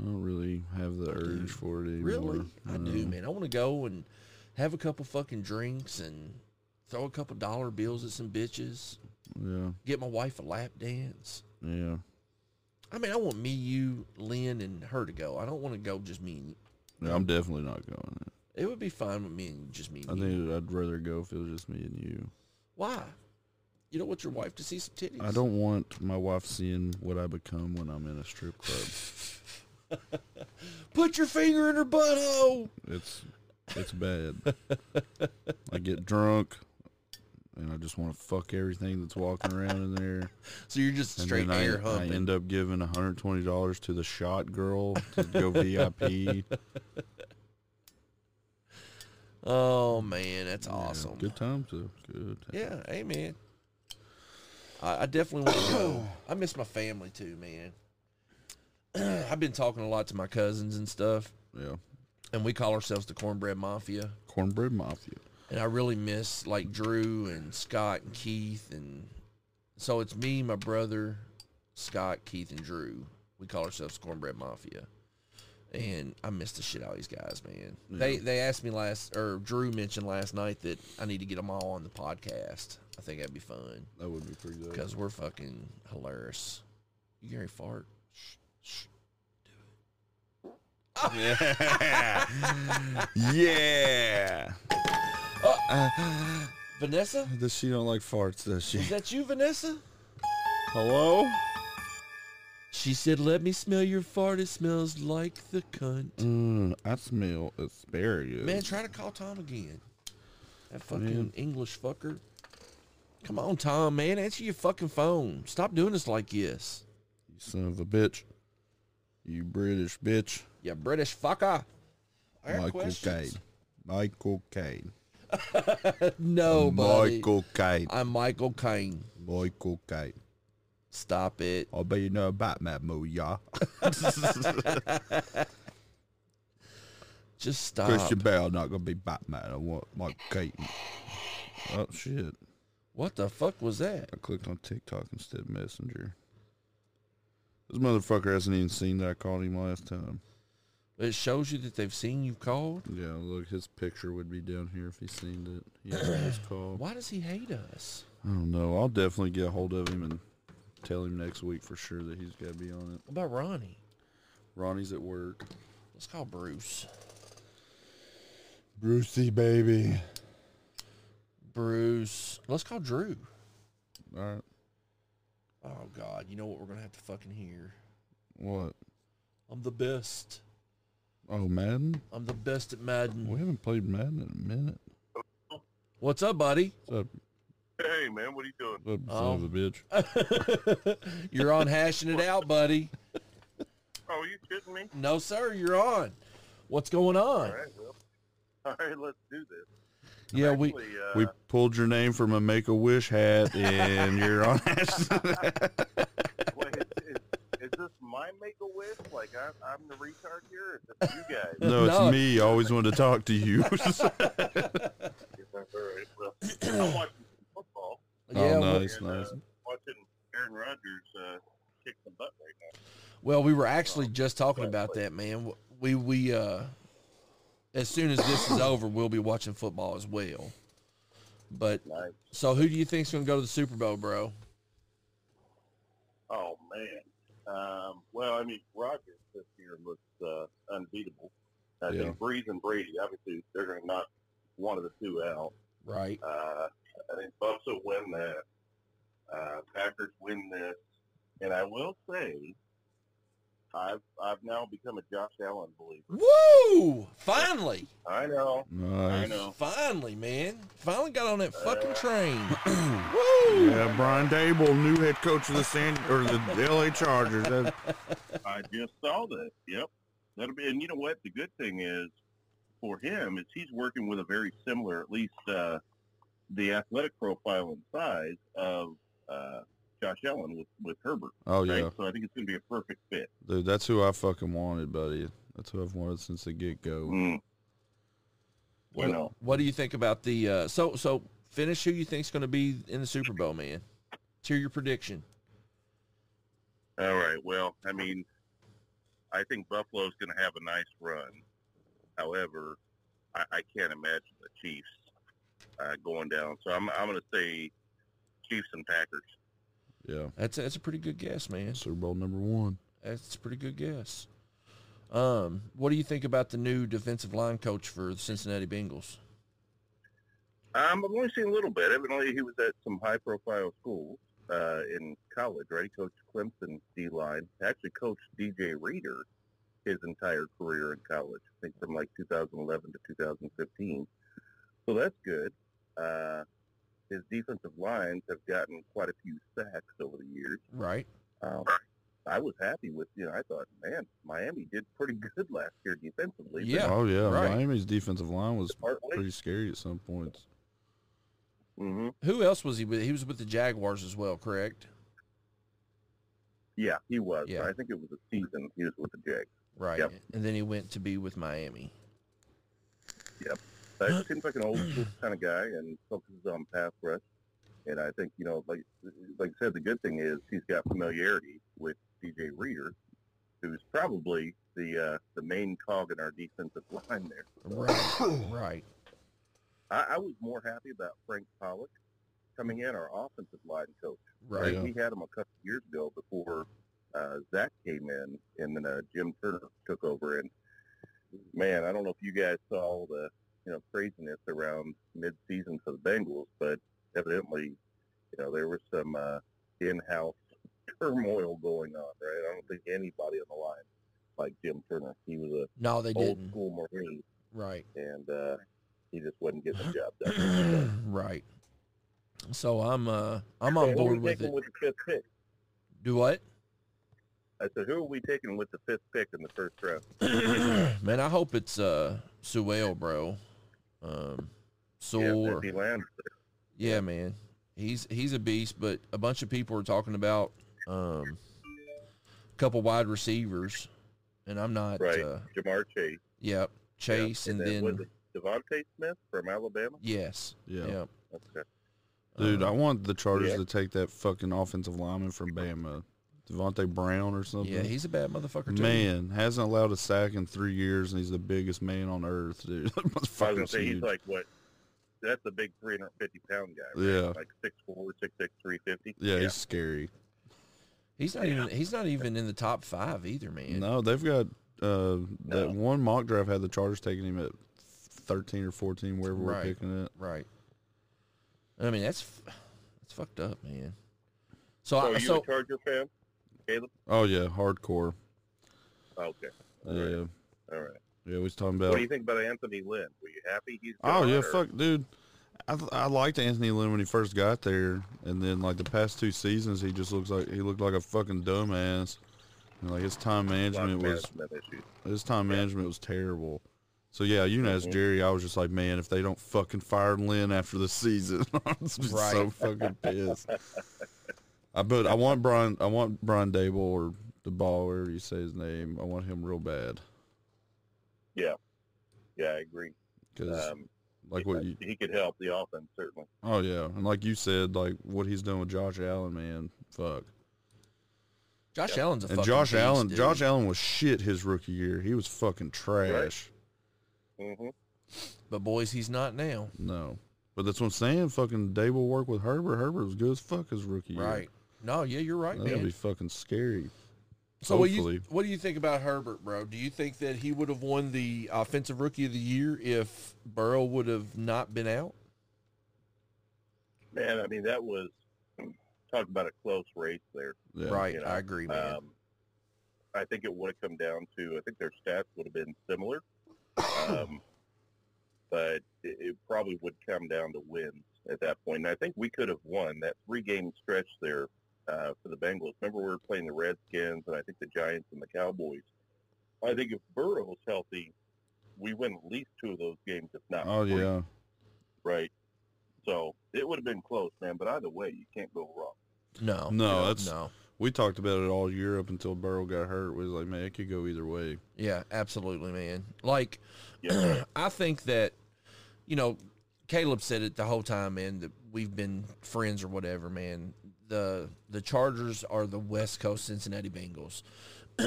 Speaker 4: I don't really have the urge for it anymore.
Speaker 3: Really? I do, man. I want to go and have a couple fucking drinks and throw a couple dollar bills at some bitches.
Speaker 4: Yeah,
Speaker 3: Get my wife a lap dance.
Speaker 4: yeah,
Speaker 3: I mean, I want me, you, Lynn, and her to go. I don't want to go just me and you.
Speaker 4: yeah. I'm definitely not going.
Speaker 3: It would be fine with me and just me
Speaker 4: I
Speaker 3: and you.
Speaker 4: think I'd rather go if it was just me and you.
Speaker 3: Why? You don't want your wife to see some titties.
Speaker 4: I don't want my wife seeing what I become when I'm in a strip club.
Speaker 3: Put your finger in her butthole.
Speaker 4: It's it's bad. I get drunk, and I just want to fuck everything that's walking around in there.
Speaker 3: So you're just
Speaker 4: And
Speaker 3: straight
Speaker 4: then I-
Speaker 3: air
Speaker 4: I,
Speaker 3: humping.
Speaker 4: end up giving $120 to the shot girl to go VIP.
Speaker 3: oh man, that's awesome.
Speaker 4: Yeah, good times, though. Good times.
Speaker 3: Yeah, amen. I, I definitely want to go. I miss my family too, man. I've been talking a lot to my cousins and stuff,
Speaker 4: Yeah.
Speaker 3: and we call ourselves the Cornbread Mafia.
Speaker 4: Cornbread Mafia.
Speaker 3: And I really miss like Drew and Scott and Keith, and so it's me, my brother, Scott, Keith, and Drew. We call ourselves Cornbread Mafia. And I miss the shit out of these guys, man. They they asked me last, or Drew mentioned last night that I need to get them all on the podcast. I think that'd be fun.
Speaker 4: That would be pretty good.
Speaker 3: Because we're fucking hilarious. You can hear a fart.
Speaker 4: Yeah.
Speaker 3: Vanessa?
Speaker 4: Does she don't like farts, does she?
Speaker 3: Is that you, Vanessa?
Speaker 4: Hello?
Speaker 3: She said, let me smell your fart. It smells like the cunt.
Speaker 4: Mm, I Hmm, smell asparagus.
Speaker 3: Man, try to call Tom again. That fucking English fucker. Come on, Tom, man. Answer your fucking phone. Stop doing this like this.
Speaker 4: You son of a bitch. You British bitch.
Speaker 3: You British fucker. I got
Speaker 4: Michael Caine.
Speaker 3: questions.
Speaker 4: Michael Caine.
Speaker 3: No, buddy.
Speaker 4: Michael Caine.
Speaker 3: I'm Michael Caine.
Speaker 4: Michael Caine.
Speaker 3: Stop it.
Speaker 4: I bet you know a Batman movie, yeah.
Speaker 3: Just stop.
Speaker 4: Christian Bale not gonna be Batman. I want Michael Keaton. Oh shit!
Speaker 3: What the fuck was that?
Speaker 4: I clicked on TikTok instead of Messenger. This motherfucker hasn't even seen that I called him last time.
Speaker 3: It shows you that they've seen you called.
Speaker 4: Yeah, look, his picture would be down here if he seen it. He hasn't his call.
Speaker 3: Why does he hate us?
Speaker 4: I don't know. I'll definitely get a hold of him and tell him next week for sure that he's got to be on it.
Speaker 3: What about Ronnie?
Speaker 4: Ronnie's at work.
Speaker 3: Let's call Bruce.
Speaker 4: Brucey baby.
Speaker 3: Bruce. Let's call Drew.
Speaker 4: All right.
Speaker 3: Oh God, you know what we're gonna have to fucking hear.
Speaker 4: What?
Speaker 3: I'm the best.
Speaker 4: Oh, Madden.
Speaker 3: I'm the best at Madden.
Speaker 4: We haven't played Madden in a minute.
Speaker 3: What's up, buddy?
Speaker 4: What's up?
Speaker 6: Hey man, what are you doing?
Speaker 4: What's up, son of a bitch?
Speaker 3: You're on hashing it out, buddy.
Speaker 6: Oh, are you kidding me?
Speaker 3: No, sir, you're on. What's going on?
Speaker 6: All right, well, all right, let's do this.
Speaker 3: Yeah, we
Speaker 6: Actually, uh,
Speaker 4: We pulled your name from a Make a Wish hat, and you're on.
Speaker 6: wait, is, is, is this my make a wish? Like I'm, I'm the retard here? Or is this you guys?
Speaker 4: No, it's
Speaker 3: No.
Speaker 4: me. I always wanted to talk to you.
Speaker 6: all right, well, I'm watching some football
Speaker 3: yeah.
Speaker 4: oh,
Speaker 3: we-
Speaker 4: nice,
Speaker 6: and uh,
Speaker 4: nice.
Speaker 6: watching Aaron Rodgers uh, kick some butt right now.
Speaker 3: Well, we were actually just talking about that, man. We we uh, as soon as this is over, we'll be watching football as well. But
Speaker 6: Nice.
Speaker 3: so, who do you think's going to go to the Super Bowl, bro?
Speaker 6: Oh man. Um, well, I mean, Rodgers this year looks uh, unbeatable. I
Speaker 4: Yeah.
Speaker 6: think Breeze and Brady, obviously, they're going to knock one of the two out.
Speaker 3: Right.
Speaker 6: Uh, I think Buffs will win that. Uh, Packers win this, and I will say, I've I've now become a Josh Allen believer.
Speaker 3: Woo! Finally,
Speaker 6: I know, I
Speaker 4: Nice.
Speaker 6: know.
Speaker 3: finally, man. Finally got on that fucking
Speaker 6: Uh,
Speaker 3: train. Woo!
Speaker 4: Yeah, Brian Dable, new head coach of the San or the LA Chargers. That-
Speaker 6: I just saw that. Yep, that'll be. And you know what? The good thing is for him is he's working with a very similar, at least uh, the athletic profile and size of uh, Josh Allen with with Herbert.
Speaker 4: oh
Speaker 6: Right.
Speaker 4: yeah,
Speaker 6: So I think it's going to be a perfect fit.
Speaker 4: dude, that's who I fucking wanted, buddy. That's who I've wanted since the get go.
Speaker 6: Mm.
Speaker 3: What,
Speaker 6: You know.
Speaker 3: what do you think about the uh, so so finish? Who you think's going to be in the Super Bowl, man? Let's hear your prediction.
Speaker 6: All right. Well, I mean, I think Buffalo's going to have a nice run. However, I, I can't imagine the Chiefs uh, going down. So I'm, I'm going to say Chiefs and Packers.
Speaker 4: Yeah,
Speaker 3: That's that's a pretty good guess, man.
Speaker 4: Super Bowl number one.
Speaker 3: That's a pretty good guess. Um, what do you think about the new defensive line coach for the Cincinnati Bengals?
Speaker 6: Um, I've only seen a little bit. Evidently, he was at some high-profile schools uh, in college, right? He coached Clemson D-line. Actually, coached DJ Reader his entire career in college. I think from like 2011 to 2015. So that's good. Uh, his defensive lines have gotten quite a few sacks over the years.
Speaker 3: Right.
Speaker 6: Um, I was happy with, you know, I thought, man, Miami did pretty good last year defensively. but
Speaker 3: Yeah,
Speaker 4: Oh yeah,
Speaker 3: right.
Speaker 4: Miami's defensive line was
Speaker 6: Partly.
Speaker 4: pretty scary at some points.
Speaker 6: Mm-hmm.
Speaker 3: Who else was he with? He was with the Jaguars as well, correct?
Speaker 6: Yeah, he was.
Speaker 3: Yeah.
Speaker 6: I think it was a season he was with the Jags.
Speaker 3: Right.
Speaker 6: Yep.
Speaker 3: And then he went to be with Miami.
Speaker 6: Uh, seems like an old school kind of guy and focuses on pass rush. And I think, you know, like like I said, the good thing is he's got familiarity with DJ Reader, who's probably the uh, the main cog in our defensive line there.
Speaker 3: Right. right.
Speaker 6: I, I was more happy about Frank Pollock coming in, our offensive line coach.
Speaker 3: Right.
Speaker 4: Yeah.
Speaker 6: We had him a couple of years ago before uh, Zach came in, and then uh, Jim Turner took over. And man, I don't know if you guys saw all the you know craziness around mid-season for the Bengals, but evidently, you know, there was some uh, in-house turmoil going on. Right? I don't think anybody on the line like Jim Turner. He was a
Speaker 3: No, they
Speaker 6: old
Speaker 3: didn't.
Speaker 6: school Marine,
Speaker 3: Right.
Speaker 6: and uh, He just wasn't getting the job done.
Speaker 3: right. So I'm uh I'm
Speaker 6: So
Speaker 3: on
Speaker 6: who are we
Speaker 3: board with
Speaker 6: taking
Speaker 3: it.
Speaker 6: With the fifth pick?
Speaker 3: Do what?
Speaker 6: I said, Uh, who are we taking with the fifth pick in the first round?
Speaker 3: Man, I hope it's uh Suel, bro. Um
Speaker 6: yeah,
Speaker 3: Sewell or
Speaker 6: Cindy Landers.
Speaker 3: Yeah, man. He's he's a beast, but a bunch of people are talking about um, a couple wide receivers, and I'm not.
Speaker 6: right?
Speaker 3: Uh,
Speaker 6: Jamar Chase.
Speaker 3: yeah,
Speaker 6: yeah.
Speaker 3: Chase, and, then,
Speaker 6: was it Devontae Smith from Alabama?
Speaker 3: yes, Um,
Speaker 4: Yeah.
Speaker 3: yeah,
Speaker 6: Okay.
Speaker 4: Dude, I want the Chargers
Speaker 6: Yeah.
Speaker 4: to take that fucking offensive lineman from Bama, Devontae Brown or something.
Speaker 3: yeah. He's a bad motherfucker too.
Speaker 4: man hasn't allowed a sack in three years, and he's the biggest man on earth, dude.
Speaker 6: I was
Speaker 4: That
Speaker 6: gonna
Speaker 4: motherfucker's
Speaker 6: say he's
Speaker 4: huge.
Speaker 6: like what? That's the big 350 pound guy. Right?
Speaker 4: yeah,
Speaker 6: Like 6'4", 6'6", 350.
Speaker 4: yeah, he's scary.
Speaker 3: he's not even he's not even in the top five either, man.
Speaker 4: No, they've got uh,
Speaker 6: No.
Speaker 4: that one mock draft had the Chargers taking him at thirteen or fourteen, wherever we're
Speaker 3: Right.
Speaker 4: picking it.
Speaker 3: Right. I mean that's f- that's fucked up, man.
Speaker 6: So
Speaker 3: So I,
Speaker 6: are you
Speaker 3: so
Speaker 6: a Charger fan, Caleb?
Speaker 4: Oh yeah, hardcore.
Speaker 6: Okay. All right.
Speaker 4: Yeah,
Speaker 6: All right.
Speaker 4: yeah, we was talking about.
Speaker 6: What do you think about Anthony Lynn? Were you happy he's
Speaker 4: Oh
Speaker 6: gone,
Speaker 4: yeah,
Speaker 6: or-
Speaker 4: fuck, dude. I th- I liked Anthony Lynn when he first got there, and then like the past two seasons, he just looks like he looked like a fucking dumbass. And, like his time
Speaker 6: Lot of
Speaker 4: management was
Speaker 6: management issues.
Speaker 4: his time management was terrible. So yeah, you know, as
Speaker 3: Mm-hmm.
Speaker 4: Jerry, I was just like, man, if they don't fucking fire Lynn after the season, I'm just
Speaker 3: Right.
Speaker 4: so fucking pissed. I but I want Brian, I want Brian Dable or the ball, whatever you say his name. I want him real bad
Speaker 6: Yeah, I agree.
Speaker 4: because
Speaker 3: Uh,
Speaker 6: Um,
Speaker 4: like
Speaker 6: he-
Speaker 4: what you
Speaker 6: he could help the offense certainly.
Speaker 4: Oh yeah, and like you said, like what he's doing with Josh Allen, man, fuck.
Speaker 3: Josh Allen's a
Speaker 4: And
Speaker 3: fucking
Speaker 4: Josh
Speaker 3: beast,
Speaker 4: Allen,
Speaker 3: dude.
Speaker 4: Josh Allen was shit his rookie year. He was fucking trash.
Speaker 6: hmm
Speaker 3: but boys, he's not now.
Speaker 4: No, but that's what I'm saying. Fucking Dable work with Herbert. Herbert was good as fuck his rookie year.
Speaker 3: Right. No, yeah, you're right,
Speaker 4: That'd
Speaker 3: man.
Speaker 4: be fucking scary.
Speaker 3: So what do,
Speaker 4: Hopefully.
Speaker 3: you, what do you think about Herbert, bro? Do you think that he would have won the offensive rookie of the year if Burrow would have not been out?
Speaker 6: Man, I mean that was talk about a close race there.
Speaker 4: Yeah.
Speaker 3: right,
Speaker 6: you know,
Speaker 3: I agree, man.
Speaker 6: Um, I think it would have come down to I think their stats would have been similar, um, but it, it probably would come down to wins at that point. And I think we could have won that three game stretch there uh, for the Bengals. Remember we were playing the Redskins and I think the Giants and the Cowboys. I think if Burrow's healthy, we win at least two of those games, if not
Speaker 4: Oh
Speaker 6: three,
Speaker 4: yeah.
Speaker 6: right. So it would have been close, man. But either way, you can't go wrong.
Speaker 3: no,
Speaker 4: no,
Speaker 3: yeah,
Speaker 4: that's-
Speaker 3: no.
Speaker 4: We talked about it all year up until Burrow got hurt. We was like, man, it could go either way.
Speaker 3: Yeah, absolutely, man. Like,
Speaker 6: Yeah.
Speaker 3: I think that, you know, Caleb said it the whole time, man, that we've been friends or whatever, man. The the Chargers are the West Coast Cincinnati Bengals.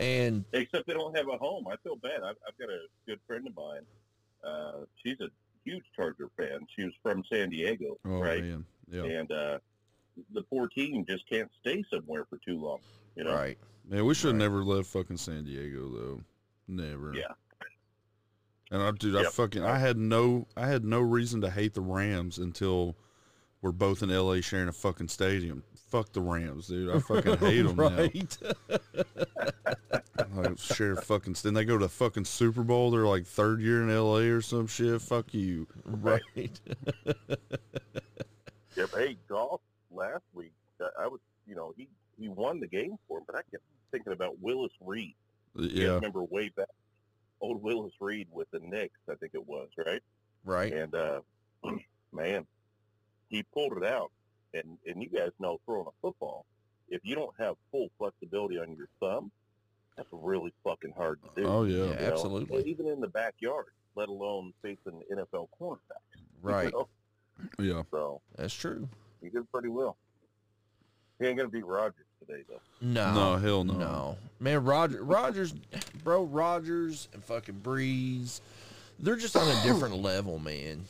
Speaker 3: and
Speaker 6: Except they don't have a home. I feel bad. I've, I've got a good friend of mine. Uh, she's a huge Charger fan. She was from San Diego,
Speaker 4: Oh
Speaker 6: right?
Speaker 4: man. Yeah.
Speaker 6: And uh, the poor team just can't stay somewhere for too long. You know,
Speaker 3: right.
Speaker 4: Man, we should have never left fucking San Diego though. Never.
Speaker 6: Yeah.
Speaker 4: And I dude, I
Speaker 6: Yep.
Speaker 4: fucking I had no I had no reason to hate the Rams until we're both in LA sharing a fucking stadium. Fuck the Rams, dude. I fucking hate them
Speaker 3: right.
Speaker 4: now. Like, share a fucking then they go to the fucking Super Bowl. They're like third year in LA or some shit. Fuck you.
Speaker 3: right.
Speaker 6: Yep. Hey, golf last week. uh, I was, you know, he he won the game for him, but I kept thinking about Willis Reed. You guys
Speaker 4: Yeah.
Speaker 6: remember way back, old Willis Reed with the Knicks, I think it was, right?
Speaker 3: Right.
Speaker 6: And uh, man, he pulled it out. And and you guys know throwing a football, if you don't have full flexibility on your thumb, that's really fucking hard to do.
Speaker 4: Oh yeah.
Speaker 3: Yeah.
Speaker 6: you know?
Speaker 3: absolutely.
Speaker 6: And even in the backyard, let alone facing NFL cornerbacks. you
Speaker 3: Right.
Speaker 6: know?
Speaker 4: Yeah.
Speaker 6: So
Speaker 3: That's true.
Speaker 6: he did pretty well. He ain't gonna beat Rogers today though.
Speaker 4: No, hell no.
Speaker 3: No, man, Roger, Rogers, bro, Rogers and fucking Breeze, they're just on a different level, man.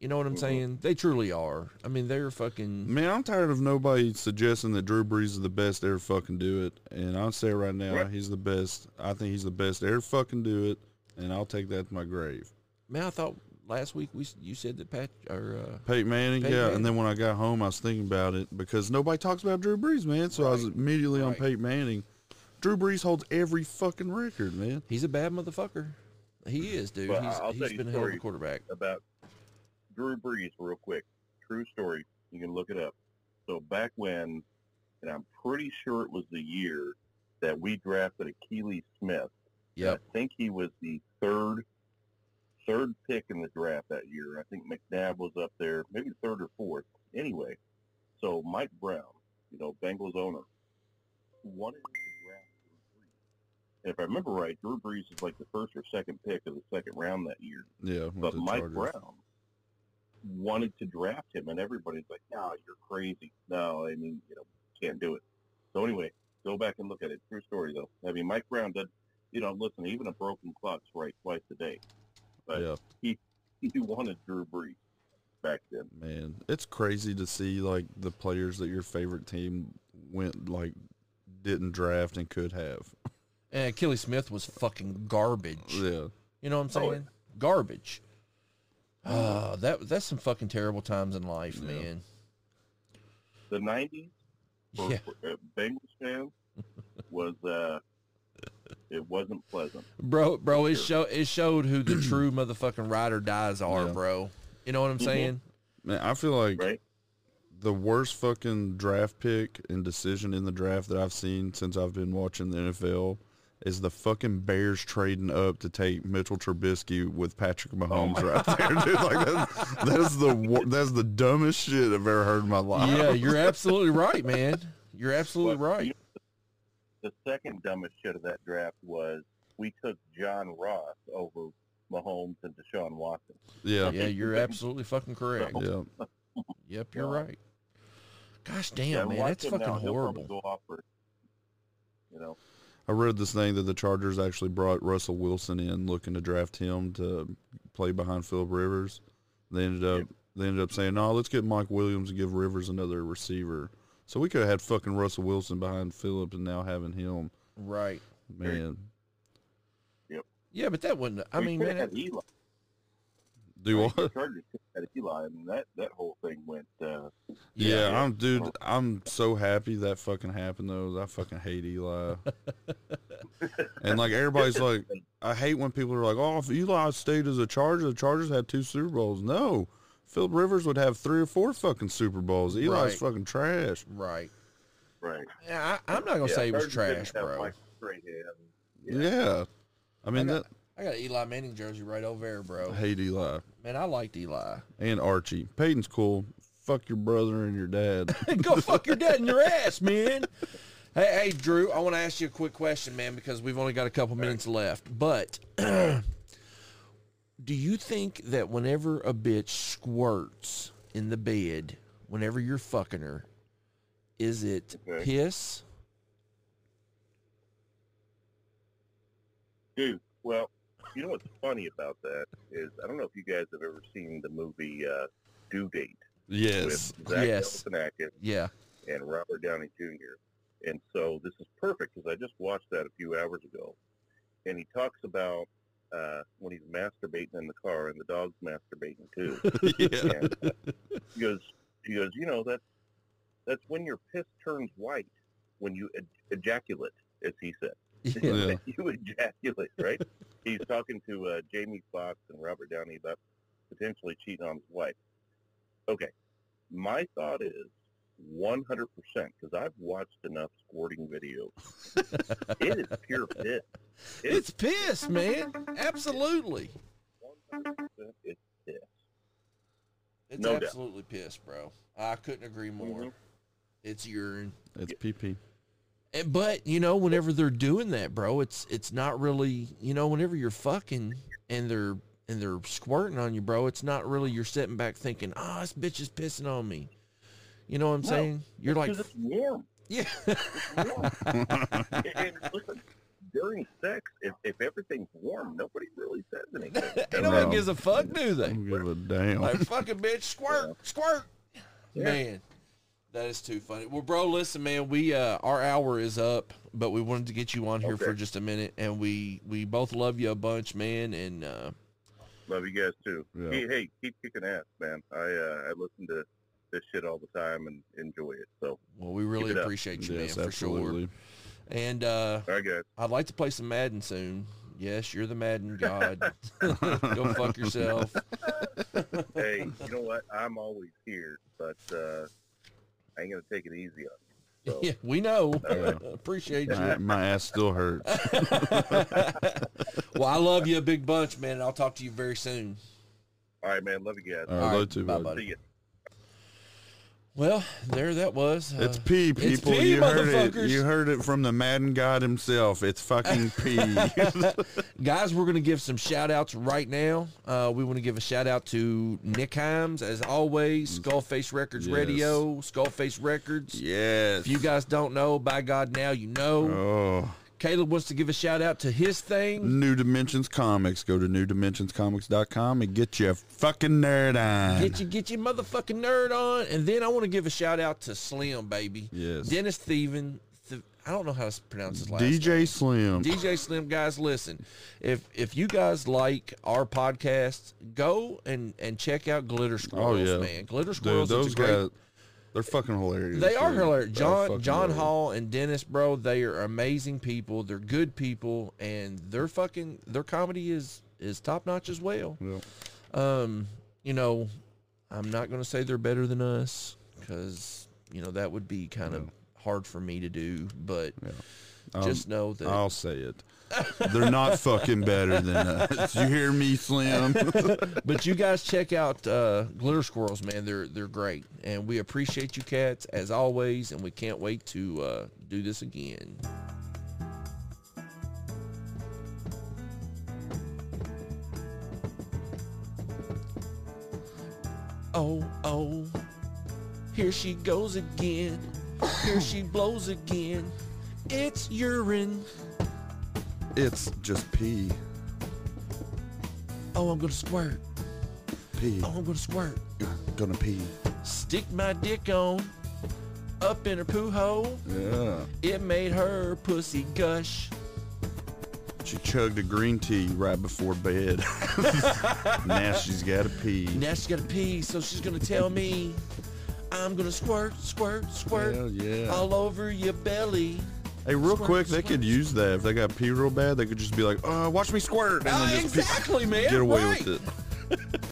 Speaker 3: You know what
Speaker 6: Mm-hmm.
Speaker 3: I'm saying? They truly are. I mean, they're fucking
Speaker 4: Man, I'm tired of nobody suggesting that Drew Brees is the best to ever fucking do it. And I'll say right now,
Speaker 6: Right.
Speaker 4: he's the best. I think he's the best to ever fucking do it. And I'll take that to my grave.
Speaker 3: man. I thought last week we s- you said that Pat or uh,
Speaker 4: Peyton Manning,
Speaker 3: Peyton
Speaker 4: yeah.
Speaker 3: Manning.
Speaker 4: And then when I got home, I was thinking about it because nobody talks about Drew Brees, man. So I was immediately on
Speaker 3: Right.
Speaker 4: Peyton Manning. Drew Brees holds every fucking record, man.
Speaker 3: he's a bad motherfucker. He is, dude.
Speaker 6: Well,
Speaker 3: he's
Speaker 6: I'll
Speaker 3: he's
Speaker 6: tell you
Speaker 3: been
Speaker 6: a
Speaker 3: a hell of a
Speaker 6: story.
Speaker 3: quarterback.
Speaker 6: about Drew Brees real quick. True story. You can look it up. So back when, and I'm pretty sure it was the year that we drafted Akili Smith.
Speaker 3: Yep.
Speaker 6: I think he was the third third pick in the draft that year. I think McNabb was up there, maybe third or fourth. Anyway, so Mike Brown, you know, Bengals owner, wanted to draft Drew Brees. And if I remember right, Drew Brees was like the first or second pick of the second round that year.
Speaker 4: Yeah, with
Speaker 6: But
Speaker 4: the
Speaker 6: Mike
Speaker 4: Chargers.
Speaker 6: Brown wanted to draft him, and everybody's like, "No, you're crazy. No, I mean, you know, can't do it." So anyway, go back and look at it. True story, though. I mean, Mike Brown did. You know, listen, even a broken clock's right twice a day. But
Speaker 4: Yeah,
Speaker 6: he wanted Drew Brees back then.
Speaker 4: man, it's crazy to see like the players that your favorite team went like didn't draft and could have.
Speaker 3: And Achilles Smith was fucking garbage.
Speaker 4: Yeah,
Speaker 3: You know what I'm
Speaker 6: Oh,
Speaker 3: saying?
Speaker 6: yeah.
Speaker 3: Garbage. Uh, that that's some fucking terrible times in life,
Speaker 4: Yeah.
Speaker 3: man.
Speaker 6: The '90s for,
Speaker 3: Yeah.
Speaker 6: for, uh, Bengals fans was uh, it wasn't pleasant.
Speaker 3: Bro, bro, it
Speaker 6: Sure.
Speaker 3: show it showed who the true motherfucking ride or dies are,
Speaker 4: Yeah.
Speaker 3: bro. You know what I'm
Speaker 6: Mhm.
Speaker 3: saying?
Speaker 4: man, I feel like
Speaker 6: Right.
Speaker 4: the worst fucking draft pick and decision in the draft that I've seen since I've been watching the NFL is the fucking Bears trading up to take Mitchell Trubisky with Patrick Mahomes right there, dude. Like that's, that's the wor- that's the dumbest shit I've ever heard in my life.
Speaker 3: Yeah, you're absolutely right, man. You're absolutely
Speaker 6: But, you
Speaker 3: right.
Speaker 6: know, the second dumbest shit of that draft was we took John Ross over Mahomes and Deshaun Watson.
Speaker 4: Yeah,
Speaker 3: Yeah, you're absolutely fucking correct.
Speaker 4: yeah.
Speaker 3: Yep, you're
Speaker 6: Yeah.
Speaker 3: right. Gosh damn,
Speaker 6: Yeah,
Speaker 3: man,
Speaker 6: watch
Speaker 3: that's
Speaker 6: him
Speaker 3: fucking
Speaker 6: now. He'll probably
Speaker 3: horrible.
Speaker 6: Go off for, you know,
Speaker 4: I read this thing that the Chargers actually brought Russell Wilson in, looking to draft him to play behind Philip Rivers. They ended up they ended up saying, "No, let's get Mike Williams and give Rivers another receiver." So we could have had fucking Russell Wilson behind Philip, and now having him,
Speaker 3: Right.
Speaker 4: man,
Speaker 3: Yeah, but that wouldn't. I
Speaker 6: we
Speaker 3: mean,
Speaker 6: coulda
Speaker 3: man,
Speaker 6: had
Speaker 3: that-
Speaker 6: Eli.
Speaker 4: do
Speaker 6: Right? The
Speaker 4: what?
Speaker 6: Chargers coulda had Eli, and that that whole thing went. Uh,
Speaker 4: Yeah,
Speaker 6: yeah.
Speaker 4: I'm dude. I'm so happy that fucking happened though. I fucking hate Eli. and like everybody's like, I hate when people are like, "Oh, if Eli stayed as a Charger, the Chargers had two Super Bowls." No, Philip Rivers would have three or four fucking Super Bowls. Eli's
Speaker 3: Right.
Speaker 4: fucking trash.
Speaker 3: right.
Speaker 6: right.
Speaker 3: Yeah, I, I'm not gonna
Speaker 6: Yeah,
Speaker 3: say it was
Speaker 6: Chargers didn't
Speaker 3: trash,
Speaker 6: have
Speaker 3: bro.
Speaker 6: Mike Strahan.
Speaker 4: Yeah, I mean
Speaker 3: got- I got an Eli Manning jersey right over there,
Speaker 4: that. I
Speaker 3: bro.
Speaker 4: hate Eli
Speaker 3: Man, I liked Eli.
Speaker 4: and Archie. Peyton's cool. Fuck your brother and your dad.
Speaker 3: Go fuck your dad in your ass, man. Hey, hey, Drew, I want to ask you a quick question, man, because we've only got a couple minutes left. But do you think that whenever a bitch squirts in the bed, whenever you're fucking her, is it
Speaker 6: Okay.
Speaker 3: piss?
Speaker 6: Dude, well, you know what's funny about that is I don't know if you guys have ever seen the movie uh, Due Date
Speaker 4: yes.
Speaker 6: with Zach
Speaker 3: Yes.
Speaker 6: Galifianakis
Speaker 3: Yeah.
Speaker 6: and Robert Downey Jr. And so this is perfect because I just watched that a few hours ago, and he talks about uh, when he's masturbating in the car and the dog's masturbating too.
Speaker 4: yeah.
Speaker 6: and, uh, he goes, he goes, you know that's that's when your piss turns white when you ej- ejaculate, as he said.
Speaker 3: Yeah.
Speaker 4: Yeah.
Speaker 6: you ejaculate, right? He's talking to uh, Jamie Foxx and Robert Downey about potentially cheating on his wife. Okay, my thought is 100% because I've watched enough squirting videos. it is pure piss. It is
Speaker 3: It's piss, man. Absolutely.
Speaker 6: 100% it's piss.
Speaker 3: It's
Speaker 6: No doubt.
Speaker 3: absolutely piss, bro. I couldn't agree more.
Speaker 6: Mhm.
Speaker 3: It's urine.
Speaker 4: It's PP.
Speaker 3: And- Eh, But you know, whenever they're doing that, bro, it's it's not really you know, whenever you're fucking and they're and they're squirting on you, bro, it's not really you're sitting back thinking, Oh, this bitch is pissing on me. You know what I'm
Speaker 6: No,
Speaker 3: saying? You're like
Speaker 6: Because it's warm.
Speaker 3: Yeah.
Speaker 6: It's warm. and listen, during sex, if, if everything's warm, nobody really says anything.
Speaker 3: Ain't nobody
Speaker 4: No.
Speaker 3: gives a fuck, do
Speaker 4: I
Speaker 3: they?
Speaker 4: don't give a damn.
Speaker 3: Like fucking bitch, squirt, squirt.
Speaker 6: Yeah.
Speaker 3: Man. That is too funny. Well, bro, listen, man, we uh our hour is up, but we wanted to get you on here
Speaker 6: Okay.
Speaker 3: for just a minute and we we both love you a bunch, man, and uh
Speaker 6: Love you guys too.
Speaker 4: Yeah.
Speaker 6: Hey, hey, keep kicking ass, man. I uh, I listen to this shit all the time and enjoy it. So,
Speaker 3: well, we really
Speaker 6: it up.
Speaker 3: appreciate you,
Speaker 4: yes,
Speaker 3: man, for sure.
Speaker 4: absolutely.
Speaker 3: And uh,
Speaker 6: all right, guys.
Speaker 3: I'd like to play some Madden soon. Yes, you're the Madden god. Go fuck yourself.
Speaker 6: hey, you know what? I'm always here, but uh, I ain't gonna take it easy on you. So,
Speaker 3: Yeah, we know.
Speaker 4: Yeah.
Speaker 3: Appreciate you.
Speaker 4: My, my ass still hurts. Uh,
Speaker 3: Well, I love you a big bunch, man. and I'll talk to you very soon.
Speaker 6: all right, man. Love you guys.
Speaker 4: All
Speaker 3: All
Speaker 4: right,
Speaker 3: right,
Speaker 4: low two, uh,
Speaker 3: bye,
Speaker 4: bud.
Speaker 3: buddy.
Speaker 6: See ya.
Speaker 3: Well, there that was.
Speaker 4: It's
Speaker 3: Uh,
Speaker 4: pee,
Speaker 3: it's
Speaker 4: people.
Speaker 3: pee,
Speaker 4: you heard it.
Speaker 3: motherfuckers.
Speaker 4: You heard it from the Madden God himself. It's fucking pee.
Speaker 3: guys, we're going to give some shout outs right now. Uh, we want to give a shout out to Nick Himes, as always, Skullface Records
Speaker 4: Yes.
Speaker 3: Radio, Skullface Records.
Speaker 4: yes.
Speaker 3: If you guys don't know, by God, now you know.
Speaker 4: oh.
Speaker 3: Caleb wants to give a shout out to his thing.
Speaker 4: New Dimensions Comics. Go to newdimensionscomics.com and get your fucking nerd on.
Speaker 3: Get you get your motherfucking nerd on, and then I want to give a shout out to Slim, baby.
Speaker 4: Yes.
Speaker 3: Dennis Thievin. Th- I don't know how to s- pronounce his last name.
Speaker 4: DJ Slim.
Speaker 3: DJ Slim guys, listen. If if you guys like our podcast, go and and check out Glitter Squirrels,
Speaker 4: Oh, yeah.
Speaker 3: man. Glitter
Speaker 4: Dude,
Speaker 3: Squirrels, it's a
Speaker 4: those
Speaker 3: great-
Speaker 4: guys, they're fucking hilarious.
Speaker 3: They are
Speaker 4: dude.
Speaker 3: hilarious.
Speaker 4: They're
Speaker 3: John
Speaker 4: fucking
Speaker 3: John
Speaker 4: hilarious.
Speaker 3: Hall and Dennis, bro, they are amazing people. They're good people, and their fucking their comedy is is top notch as well.
Speaker 4: Yeah.
Speaker 3: Um, you know, I'm not gonna say they're better than us because you know that would be kind of hard for me to do, but. Just know that
Speaker 4: I'll say it. They're not fucking better than us. You hear me, Slim?
Speaker 3: but you guys check out uh, Glitter Squirrels, man. They're they're great, and we appreciate you cats as always, and we can't wait to uh, do this again. Oh oh, here she goes again. Here she blows again. It's urine.
Speaker 4: it's just pee.
Speaker 3: Oh, I'm gonna squirt.
Speaker 4: Pee.
Speaker 3: Oh, I'm gonna squirt.
Speaker 4: Gonna pee.
Speaker 3: Stick my dick on up in her poo hole.
Speaker 4: Yeah.
Speaker 3: It made her pussy gush.
Speaker 4: She chugged a green tea right before bed. now she's got to pee.
Speaker 3: Now she's got to pee, so she's gonna tell me I'm gonna squirt, squirt, squirt
Speaker 4: Hell yeah.
Speaker 3: all over your belly.
Speaker 4: hey, real
Speaker 3: Oh, Squirt,
Speaker 4: quick,
Speaker 3: squirt,
Speaker 4: they could use that. If they got pee real bad, they could just be like, uh, watch me squirt. And
Speaker 3: Ah,
Speaker 4: then just pee-
Speaker 3: exactly, man.
Speaker 4: get away
Speaker 3: right.
Speaker 4: with it.